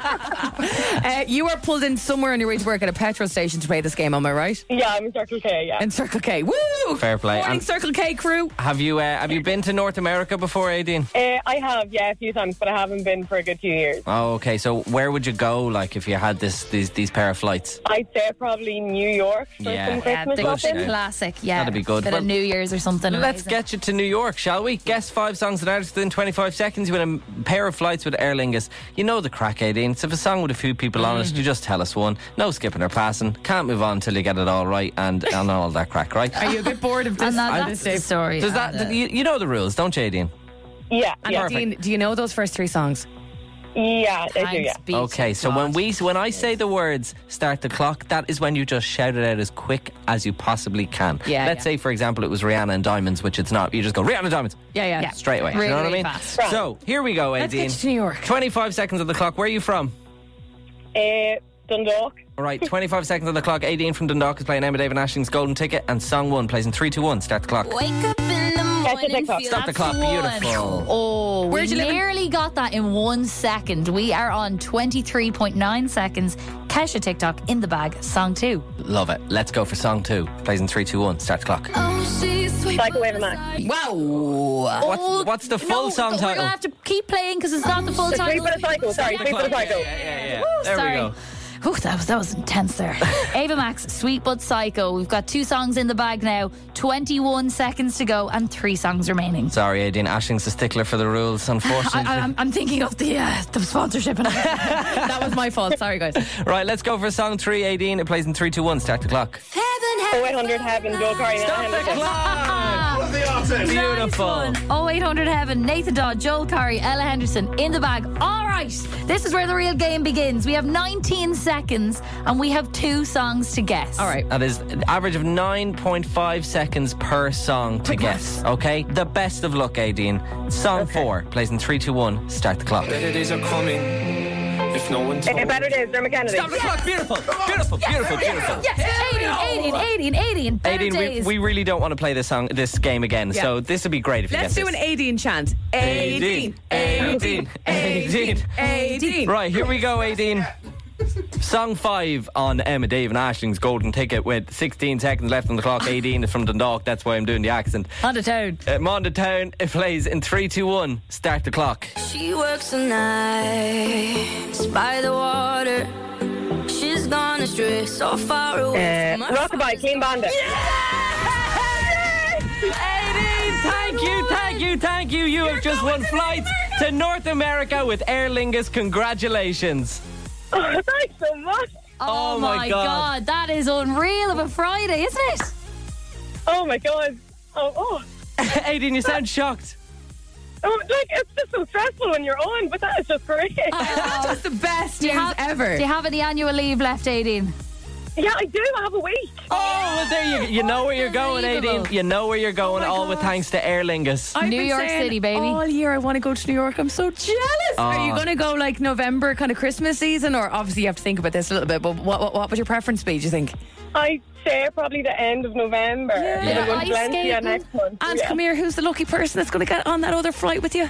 C: Uh, you are pulled in somewhere on your way to work at a petrol station to play this game, am I right?
R: Yeah, I'm in Circle K, yeah.
C: In Circle K. Woo!
D: Fair play.
C: Morning,
D: And-
C: Circle K crew.
D: Have you uh, have you been to North America before, Aideen?
R: Uh, I have, yeah, a few times, but I haven't been for a good few years.
D: Oh, okay. So where would you go, like, if you had this these these pair of flights?
R: I'd say probably New York for
D: Yeah.
R: some
D: Yeah,
R: Christmas
D: the
R: shopping.
D: good
E: classic, yeah.
D: That'd be good.
E: Bit of
D: Well,
E: New Year's or something.
D: Let's get you to New York, shall we? Guess five songs and artists within 25 seconds. You win a pair of flights with Aer Lingus. You know the crack, Aideen. It's if a song with a few people on
C: Mm-hmm.
D: it, you just tell us one. No skipping or passing. Can't move on till you get it all right and, and all that crack, right?
C: Are you a bit bored of this?
E: And that-
C: of this
E: that's
C: day?
E: the story.
D: Does that, you, you know the rules, don't you, Aideen?
R: Yeah.
C: And
D: yeah.
C: Dean, do you know those first three songs?
R: Yeah,
C: I do, yeah. Beat
D: Okay, so when we when I say the words start the clock, that is when you just shout it out as quick as you possibly can.
C: Yeah,
D: Let's
C: yeah.
D: say for example it was Rihanna and Diamonds, which it's not. You just go Rihanna Diamonds.
C: Yeah, yeah. Yeah.
D: Straight away.
C: Really,
D: you know what
C: really
D: I mean?
C: fast. Right.
D: So here we go,
C: Let's
D: Aideen.
C: get you to New York.
D: Twenty five seconds of the clock. Where are you from?
R: Uh, Dundalk.
D: All right, 25 seconds on the clock. Aideen from Dundalk is playing Emma David Ashling's Golden Ticket, and Song 1 plays in 3 2 1. Start the clock.
I: Wake up in the morning. feel
D: Stop the
I: like
D: clock.
I: you won.
D: Beautiful.
E: Oh,
I: Where'd
E: we
I: you live in-
E: nearly got that in one second. We are on 23.9 seconds. Kesha TikTok in the bag, song two.
D: Love it. Let's go for Song 2. Plays in 3 2 1. Start the clock.
I: Oh, she's sweet.
R: Microwave Max.
D: Wow. What's, what's the full song
E: Oh, We're going to
D: title?
E: have to keep playing because it's not the full
R: It's
E: title.
R: Three for the cycle, sorry, three for the cycle. Yeah,
D: yeah, yeah.
E: Woo,
D: There we
E: sorry.
D: go.
E: Whew, that was that was intense there. Ava Max, Sweet But Psycho. We've got two songs in the bag now. 21 seconds to go and three songs remaining.
D: Sorry, Aideen Ashling's a stickler for the rules, unfortunately.
E: I, am I'm thinking of the uh, the sponsorship. And that
C: was my fault. Sorry, guys.
D: right, let's go for song 3, Aideen. It plays in 3 2 1. Start the clock.
R: 0800 Oh, Heaven, Joel Carey. Stop the
D: clock!
R: What
D: Beautiful.
E: 0800 Heaven, Nathan Dodd, Joel Curry, Ella Henderson in the bag. All right, this is where the real game begins. We have 19 seconds and we have two songs to guess. All right.
D: That is an average of 9.5 seconds per song to guess. Okay? The best of luck, Aideen. Song 4 plays in 3 2 1. Start the clock.
S: Better days are coming if no one
R: Uh, better days, Dermot Kennedy.
D: Stop the clock. Beautiful, beautiful, beautiful, beautiful.
E: Yes, 18, 18, 18, 18, better
D: Aideen, we,
E: days.
D: we really don't want to play this song, this game again.
C: Yeah.
D: So this would be great if you
C: Let's
D: guess
C: do an Aideen chant. Aideen.
D: Aideen. Aideen.
C: Aideen.
D: Right, here we go, Aideen. Song five on Emma Dave and Ashling's golden ticket with 16 seconds left on the clock. Aideen is from Dundalk, that's why I'm doing the accent.
E: Honda Town.
D: Uh, Monda Town, it plays in 3 2 1. Start the clock.
H: She works the nights by the water. She's gone astray, so far away.
R: Uh, Rockabye, Clean Bandit.
D: Thank you, thank you, thank you. You have just won flights to North America with Aer Lingus. Congratulations.
R: Thanks so much.
E: Oh,
D: my God.
E: that is unreal of a Friday, isn't it?
R: Oh my god. Oh, oh.
D: Aideen, you sound shocked.
R: Oh, like it's just so stressful when you're on, but that is just great.
C: That's the best
E: Do you
C: news
E: have-
C: ever.
E: Do you have any annual leave left, Aideen?
R: yeah, I do. I have a week.
D: Oh, well, there you go. You know where you're going,
C: Unbelievable.
D: Aideen. You know where you're going, all with thanks to Aer Lingus.
C: I've
E: New
C: been
E: York
C: saying
E: City, baby.
C: All year, I want to go to New York. I'm so jealous. Are you
D: Oh.
C: going to go like November, kind of Christmas season, or obviously you have to think about this a little bit? But what what, what would your preference be? Do you think?
R: I say probably the end of November.
C: Yeah.
R: It'll go
C: Ice
R: to Valencia
C: skating.
R: next month.
C: And
R: yeah.
C: come here, who's the lucky person that's going to get on that other flight with you?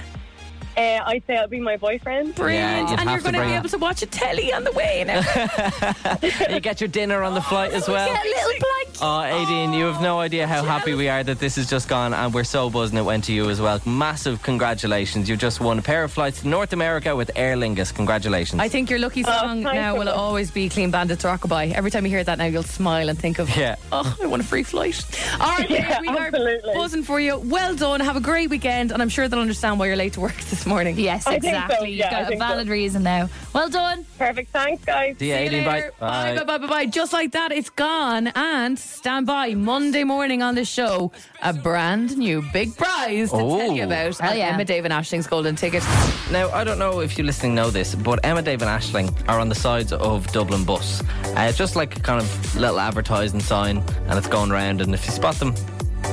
R: Uh, I say it'll be my boyfriend.
C: Brilliant.
D: you'd
C: and
D: have
C: you're
D: to
C: going to
D: bring
C: be
D: it.
C: able to watch a telly on the way. And everything.
D: you get your dinner on the flight as well.
C: Yeah, little blanket.
D: Oh, Aideen, you have no idea how happy we are that this has just gone, and we're so buzzing it went to you as well. Massive congratulations. You've just won a pair of flights to North America with Aer Lingus. Congratulations.
C: I think your lucky
R: Oh,
C: song now will always be Clean Bandits Rockabye. Every time you hear that now, you'll smile and think of,
D: Yeah.
C: oh, I want a free flight. All right,
R: Yeah,
C: we are buzzing for you. Well done. Have a great weekend. And I'm sure they'll understand why you're late to work this morning.
E: Yes,
R: I think so,
E: exactly.
R: yeah,
E: You've
R: I
E: got a
R: think so.
E: valid reason now. Well done.
R: Perfect. Thanks, guys.
D: See you, Aideen. Bye.
C: Bye, bye, bye, bye, bye. Just like that, it's gone. And stand by Monday morning on the show, a brand new big prize to tell you
D: Oh.
C: about.
E: Hell
C: and
E: yeah.
C: Emma David Ashling's golden ticket.
D: Now, I don't know if you listening know this, but Emma, Dave, and Ashling are on the sides of Dublin Bus. Uh, it's just like a kind of little advertising sign, and it's going round. And if you spot them,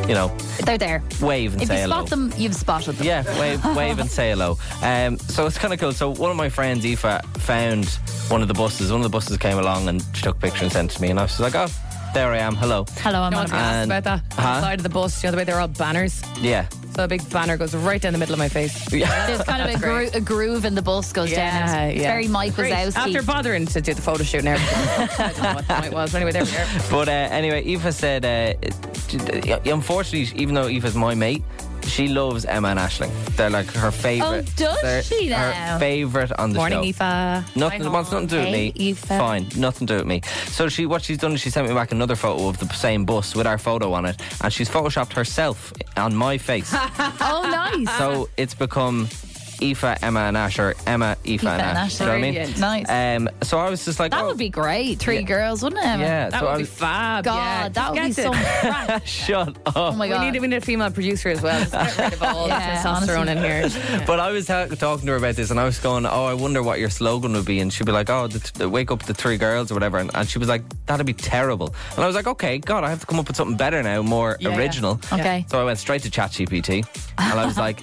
D: you know,
E: They're there.
D: wave and
E: If you
D: say hello.
E: spot them, you've spotted them.
D: Yeah, wave, wave and say hello. Um, so it's kind of cool. So one of my friends, Aoife, found one of the buses. One of the buses came along and she took a picture and sent it to me. And I was just like, oh, there I am. Hello.
C: Hello, I'm no one's asked
D: And-
C: about that.
D: Huh?
C: On the side of the bus, you know the way they're all banners.
D: Yeah.
C: So a big banner goes right down the middle of my face.
E: There's kind of a,
C: That's
E: gro-
C: great.
E: a groove in the bus goes down. It's very Mike
C: Great.
E: Wazowski.
C: After bothering to do the photo shoot and everything. I don't know what the point was, but anyway, there we are.
D: But uh, anyway, Eva said, uh, it- unfortunately, even though Eva's my mate, she loves Emma and Ashling. They're like her favorite.
E: Oh, does she now?
D: Her favorite on the show.
C: Morning, Aoife.
D: Nothing wants nothing to do with me.
C: Hey, Aoife.
D: Fine, nothing to do with me. So she, what she's done is she sent me back another photo of the same bus with our photo on it, and she's photoshopped herself on my face.
E: oh, nice.
D: so it's become Aoife, Emma, and Ash, or Emma, Aoife,
E: Aoife and Ash.
D: Do you know what I mean?
E: Brilliant. Nice.
D: Um, so I was just like,
E: that
D: oh,
E: would be great. Three girls, wouldn't it? Emma?
D: Yeah, That so would I be was-
C: fab.
E: God,
C: yeah.
E: that would be
C: Just
E: so.
C: get
D: shut up. Oh
E: my
C: We need, we need a female producer as well. Just get rid of all
E: Yeah,
C: the testosterone
E: honestly.
C: in here.
D: But I was ta- talking to her about this, and I was going, "Oh, I wonder what your slogan would be." And she'd be like, "Oh, the th- wake up the three girls or whatever," and, and she was like, "That'd be terrible." And I was like, "Okay, God, I have to come up with something better now, more
E: Yeah.
D: original."
E: Okay.
D: So I went straight to ChatGPT, and I was like.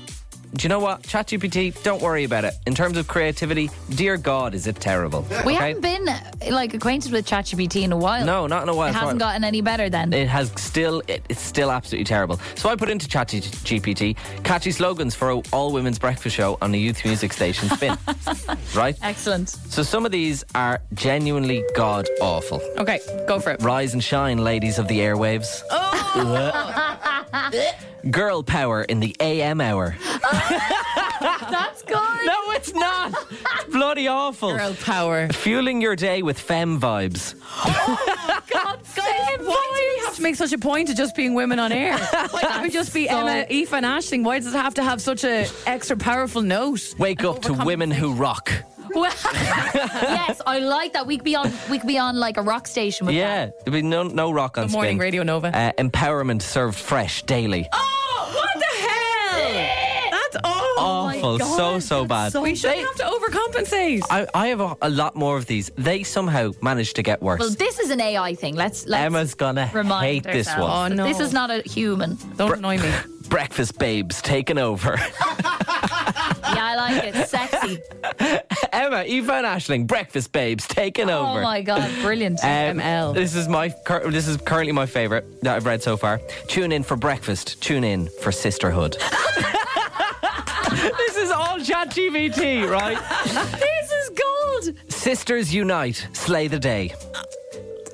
D: Do you know what? ChatGPT, don't worry about it. In terms of creativity, dear God, is it terrible? Okay?
E: We haven't been like acquainted with ChatGPT in a while.
D: No, not in a while.
E: It
D: So
E: hasn't
D: I-
E: gotten any better then.
D: It has still, it, it's still absolutely terrible. So I put into ChatGPT catchy slogans for a all women's breakfast show on a youth music station spin. right?
E: Excellent.
D: So some of these are genuinely god awful.
C: Okay, go for it.
D: Rise and shine, ladies of the airwaves. Oh. Girl power in the AM hour.
E: That's good.
D: No, it's not. It's bloody awful.
C: Girl power.
D: Fueling your day with femme vibes.
C: God, guys, why do you have to make such a point of just being women on air? Why can't we just be Emma, Aoife and Ashling? Why does it have to have such a extra powerful note?
D: Wake up to women who rock.
E: Well, yes, I like that. We could be on. We could be on like a rock station with that.
D: Yeah, there'll be no, no rock on
E: Good morning,
D: spin.
E: Radio Nova.
D: Uh, empowerment served fresh daily.
C: Oh, what the hell?
E: Oh.
C: Oh, That's awful.
D: Awful. So, so bad.
C: we shouldn't have to overcompensate.
D: I, I have a, a lot more of these. They somehow managed to get worse.
E: Well, this is an AI thing. Let's let's
D: Emma's gonna
E: remind
D: hate this
E: ourselves
D: one.
E: that This is not a human.
C: Don't annoy me.
D: Breakfast babes taking over.
E: Yeah, I like it. Sexy.
D: Emma, Eva, and Ashling. Breakfast babes taking over.
E: Oh my god, brilliant.
D: Um, This is my cur- this is currently my favorite that I've read so far. Tune in for breakfast. Tune in for sisterhood. this is all ChatGPT, right?
E: this is gold.
D: Sisters unite, slay the day.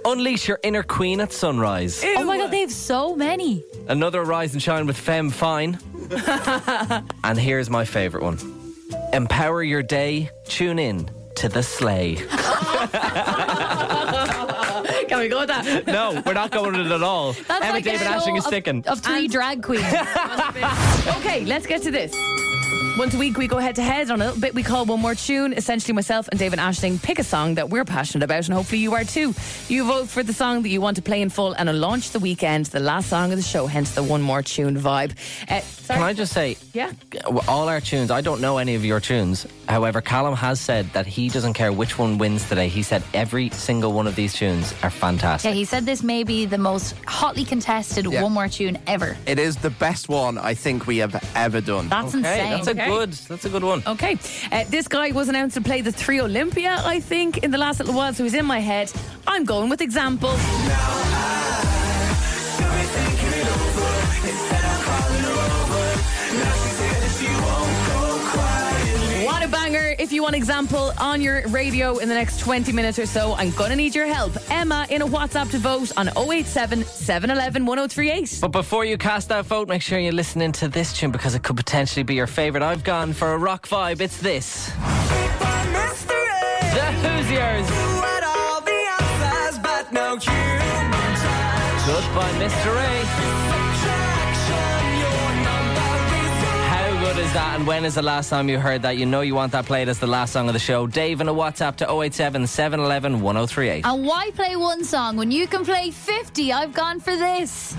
D: Unleash your inner queen at sunrise.
E: Oh my god, they have so many.
D: Another rise and shine with Femme Fine. and here's my favorite one. Empower your day. Tune in to the sleigh.
C: Can we go with that?
D: no, we're not going with it at all. Emma
E: like a
D: David Ashling
E: show
D: is sticking.
E: Of three drag queens.
C: Okay, let's get to this. Once a week, we go head to head on a little bit we call One More Tune. Essentially, myself and David Ashling pick a song that we're passionate about, and hopefully, you are too. You vote for the song that you want to play in full and on launch the weekend, the last song of the show, hence the One More Tune vibe. Uh, sorry.
D: Can I just say,
C: Yeah.
D: all our tunes, I don't know any of your tunes. However, Callum has said that he doesn't care which one wins today. He said every single one of these tunes are fantastic.
E: yeah, he said this may be the most hotly contested
F: Yeah.
E: one more tune ever.
F: It is the best one I think we have ever done.
E: That's
D: Okay,
E: insane.
D: that's a
C: Okay.
D: good. That's a good one.
C: Okay, uh, this guy was announced to play the Three Olympia, I think, in the last little while, so he's in my head. I'm going with example. What a banger! If you want example on your radio in the next 20 minutes or so, I'm gonna need your help. Emma in a WhatsApp to vote on 087 711 1038.
D: But before you cast that vote, make sure you're listening to this tune because it could potentially be your favourite. I've gone for a rock vibe. It's this. The Hoosiers. Goodbye, Mr. Ray. How good is that? And when is the last time you heard that? You know you want that played as the last song of the show. Dave in a WhatsApp to 087 711 1038.
E: And why play one song when you can play 50? I've gone for this.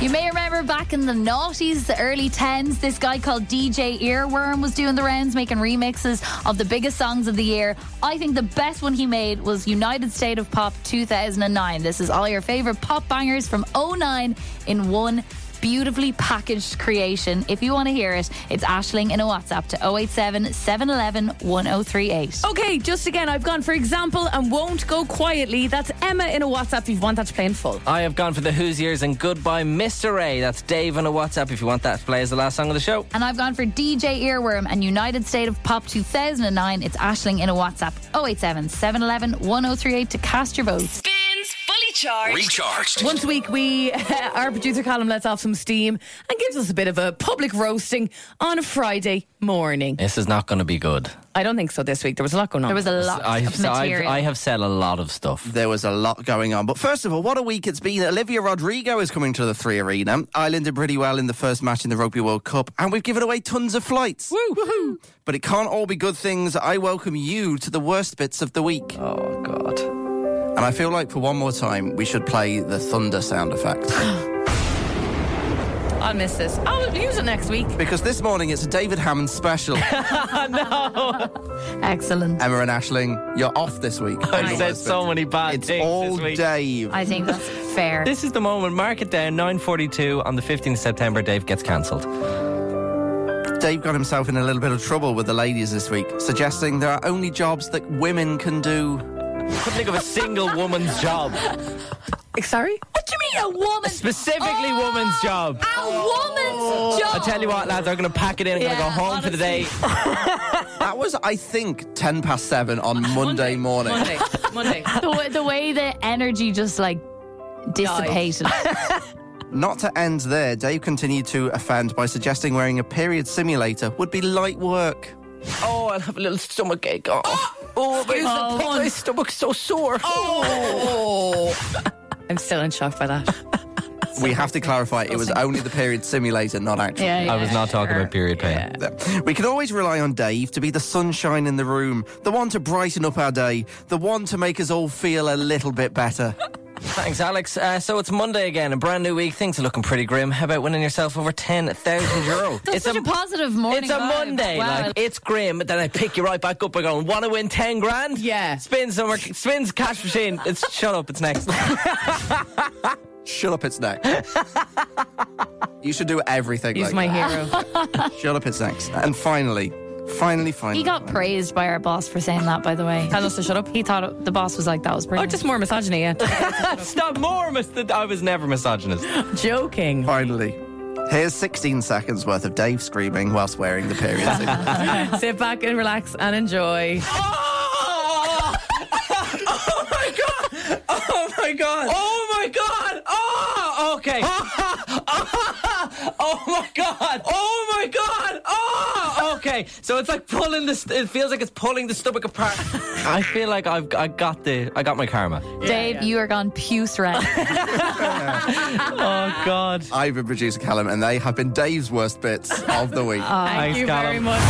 E: You may remember back in the noughties, the early 10s, this guy called DJ Earworm was doing the rounds, making remixes of the biggest songs of the year. I think the best one he made was United State of Pop 2009. This is all your favorite pop bangers from 09 in one beautifully packaged creation. If you want to hear it, it's Ashling in a WhatsApp to 087 711 1038.
C: Okay, just again, I've gone for example and won't go quietly. That's Emma in a WhatsApp if you want that to play in full.
D: I have gone for the Who's Years and Goodbye, Mr. Ray. That's Dave on a WhatsApp if you want that to play as the last song of the show.
E: And I've gone for DJ Earworm and United State of Pop 2009. It's Ashling in a WhatsApp 087 711 1038 to cast your votes.
Q: Spins fully charged.
O: Recharged.
C: Once a week, we uh, our producer Colin lets off some steam and gives us a bit of a public roasting on a Friday morning.
D: This is not going to be good.
C: I don't think so this week. There was a lot going on.
E: There was a lot of
D: so
E: material.
D: I have said a lot of stuff.
F: There was a lot going on. But first of all, what a week it's been. Olivia Rodrigo is coming to the Three Arena. Ireland did pretty well in the first match in the Rugby World Cup, and we've given away tons of flights. Woo! Woohoo! But it can't all be good things. I welcome you to the worst bits of the week.
D: Oh, God.
F: And I feel like for one more time, we should play the thunder sound effect.
C: I'll miss this. I'll use it next week.
F: because this morning it's a David Hammond special.
E: Excellent.
F: Emma and Ashling, you're off this week.
D: I've said so many bad
F: It's
D: things
F: all
D: this week.
F: Dave.
E: I think that's fair.
D: This is the moment. Mark it down. 9.42 on the 15th of September. Dave gets cancelled.
F: Dave got himself in a little bit of trouble with the ladies this week, suggesting there are only jobs that women can do.
D: Couldn't think of a single woman's job.
C: Sorry?
E: What do you mean a woman?
D: Specifically, woman's job.
E: A woman's Oh. job.
D: I tell you what, lads, I'm going to pack it in. I'm
E: Yeah,
D: going to go home for the day.
F: That was, I think, 10 past seven on Monday morning.
C: Monday. Monday.
E: the, way, the way the energy just like dissipated.
F: Not to end there, Dave continued to offend by suggesting wearing a period simulator would be light work.
D: Oh, I'll have a little stomach ache. Oh, oh, my,
C: the
D: oh, my stomach's so sore.
C: Oh. I'm still in shock by that.
F: we have to clarify, it was only the period simulator, not actual.
E: yeah, yeah.
D: I was not talking about period pain.
F: We can always rely on Dave to be the sunshine in the room, the one to brighten up our day, the one to make us all feel a little bit better.
D: Thanks, Alex. Uh, so it's Monday again, a brand new week. Things are looking pretty grim. How about winning yourself over ten thousand euro?
E: That's such a, positive morning.
D: It's a
E: vibe.
D: Monday.
E: Wow.
D: Like it's grim, but then I pick you right back up by going, "Want to win ten grand?
C: Yeah.
D: Spin somewhere. Spins cash machine. It's shut up. It's next.
F: Shut up, it's next. you should do everything.
C: He's
F: like
C: my
F: that.
C: hero.
F: Shut up, it's next. And finally, finally, finally.
E: he got praised by our boss for saying that, by the way.
C: Tell us to shut up.
E: He thought it- the boss was like, that was
C: Oh,
E: brilliant.
C: just more misogyny, yeah.
D: That's not more. mis- I was never misogynist.
C: Joking.
F: Finally. Here's 16 seconds worth of Dave screaming whilst wearing the period suit.
C: Sit back and relax and enjoy.
A: Oh! oh my god! Oh my god! Oh my god! Oh! Okay. oh my god! Oh my god! Oh!
D: Okay, so it's like pulling the. St- it feels like it's pulling the stomach apart. I feel like I've I got the I got my karma.
E: Dave, you are gone puce red.
D: Oh God.
F: I've been producer Callum, and they have been Dave's worst bits of the week.
E: Oh.
C: Thank
D: Thanks,
C: you
D: Callum.
C: very much.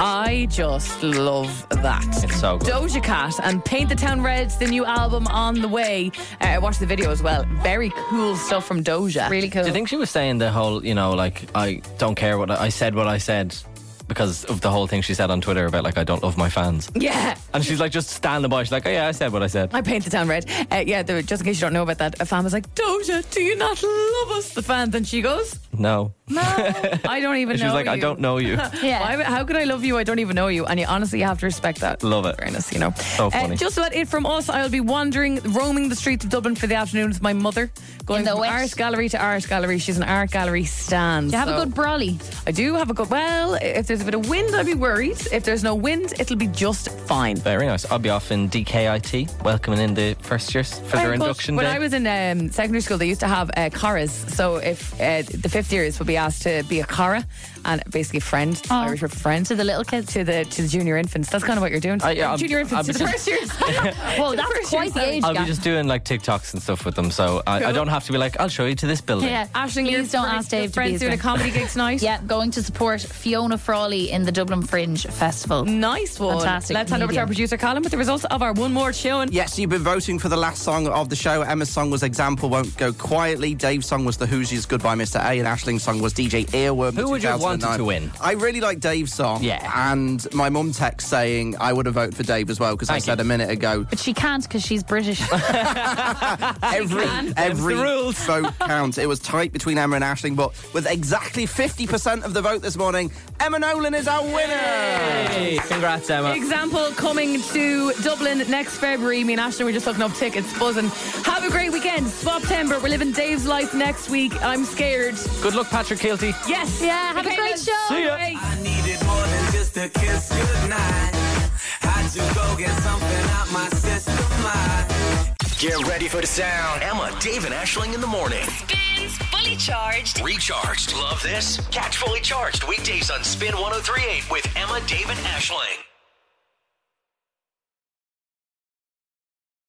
C: I just love that.
D: It's so good.
C: Doja Cat and Paint the Town Red's the new album on the way. Uh, watch the video as well. Very cool stuff from Doja.
E: really cool.
D: Do you think she was saying the whole, you know, like I don't care what I, I said, what I said, because of the whole thing she said on Twitter about like I don't love my fans,
C: Yeah.
D: and she's like just standing by, she's like, oh yeah, I said what I said.
C: I paint the town red. Uh, yeah, there, just in case you don't know about that, a fan was like, Doja, do you not love us, the fans? And she goes,
D: No,
C: No, I don't even
D: and she
C: know.
D: was like, I
C: you."
D: don't know you.
E: Yeah.
C: Why- how could I love you? I don't even know you. And you honestly have to respect that.
D: Love it.
C: Fairness, you know. Uh,
D: So funny.
C: just about it from us. I'll be wandering, roaming the streets of Dublin for the afternoon with my mother, going
E: In the
C: from
E: wet.
C: art gallery to art gallery. She's an art gallery stand.
E: Do you have
C: so-
E: a good brolly?
C: I do have a good. Well, if there's a bit of wind, I'll be worried. If there's no wind, it'll be just fine.
D: Very nice. I'll be off in DKIT, welcoming in the first years for their
C: Very good.
D: induction
C: When
D: day.
C: I was in um, secondary school, they used to have uh, choras. So if uh, the fifth years would be asked to be a chora and basically friend,
E: Oh.
C: Irish word for friend
E: To the little kids?
C: to the to the junior infants. That's kind of what you're doing.
D: I-
C: Uh,
D: yeah, I'm-
C: junior infants to
D: I'm
C: the
D: just-
C: first years.
E: Whoa, that's quite the age
D: I'll be
E: gap.
D: just doing like TikToks and stuff with them, so I, I don't have to be like, I'll show you to this building.
E: Yeah.
C: Ashling,
E: Please
C: you're
E: don't
C: friends-
E: ask Dave to be
C: Friends
E: his
C: doing a
E: friend.
C: comedy gigs tonight.
E: Yeah, going to support Fiona Frawley in the Dublin Fringe Festival.
C: Nice one.
E: Fantastic
C: Let's hand over to our
E: comedian.
C: producer, Colin, with the results of our one more showing.
F: Yes, you've been voting for the last song of the show. Emma's song was Example Won't Go Quietly. Dave's song was The Hoosiers Goodbye, Mr. A. And Ashling song was DJ Earworm.
D: Who would you have wanted
F: 2009.
D: to win?
F: I really like Dave's song. Yeah. And my mum text saying I would have voted for Dave as well because I
E: Thank
F: said a minute ago
E: But she can't because she's British.
F: every every vote counts. It was tight between Emma and Ashling, but with exactly 50% of the vote this morning, Emma Nolan is our winner.
D: Hey, congrats, Emma.
C: Example coming to Dublin next February. Me and Ashton, we're just looking up tickets, buzzing. Have a great weekend. Swap Timber. We're living Dave's life next week. I'm scared.
D: Good luck, Patrick Kilty.
C: Yes.
E: Yeah, have a great show.
D: See ya.
A: I needed more than just a kiss goodnight. Had to go get something out my system. I- Get ready for the sound. Emma, Dave, and Ashling in the morning.
I: Spins Fully Charged.
A: oh Recharged. Love this? Catch fully charged weekdays on Spin 1038 with Emma, Dave, and Ashling.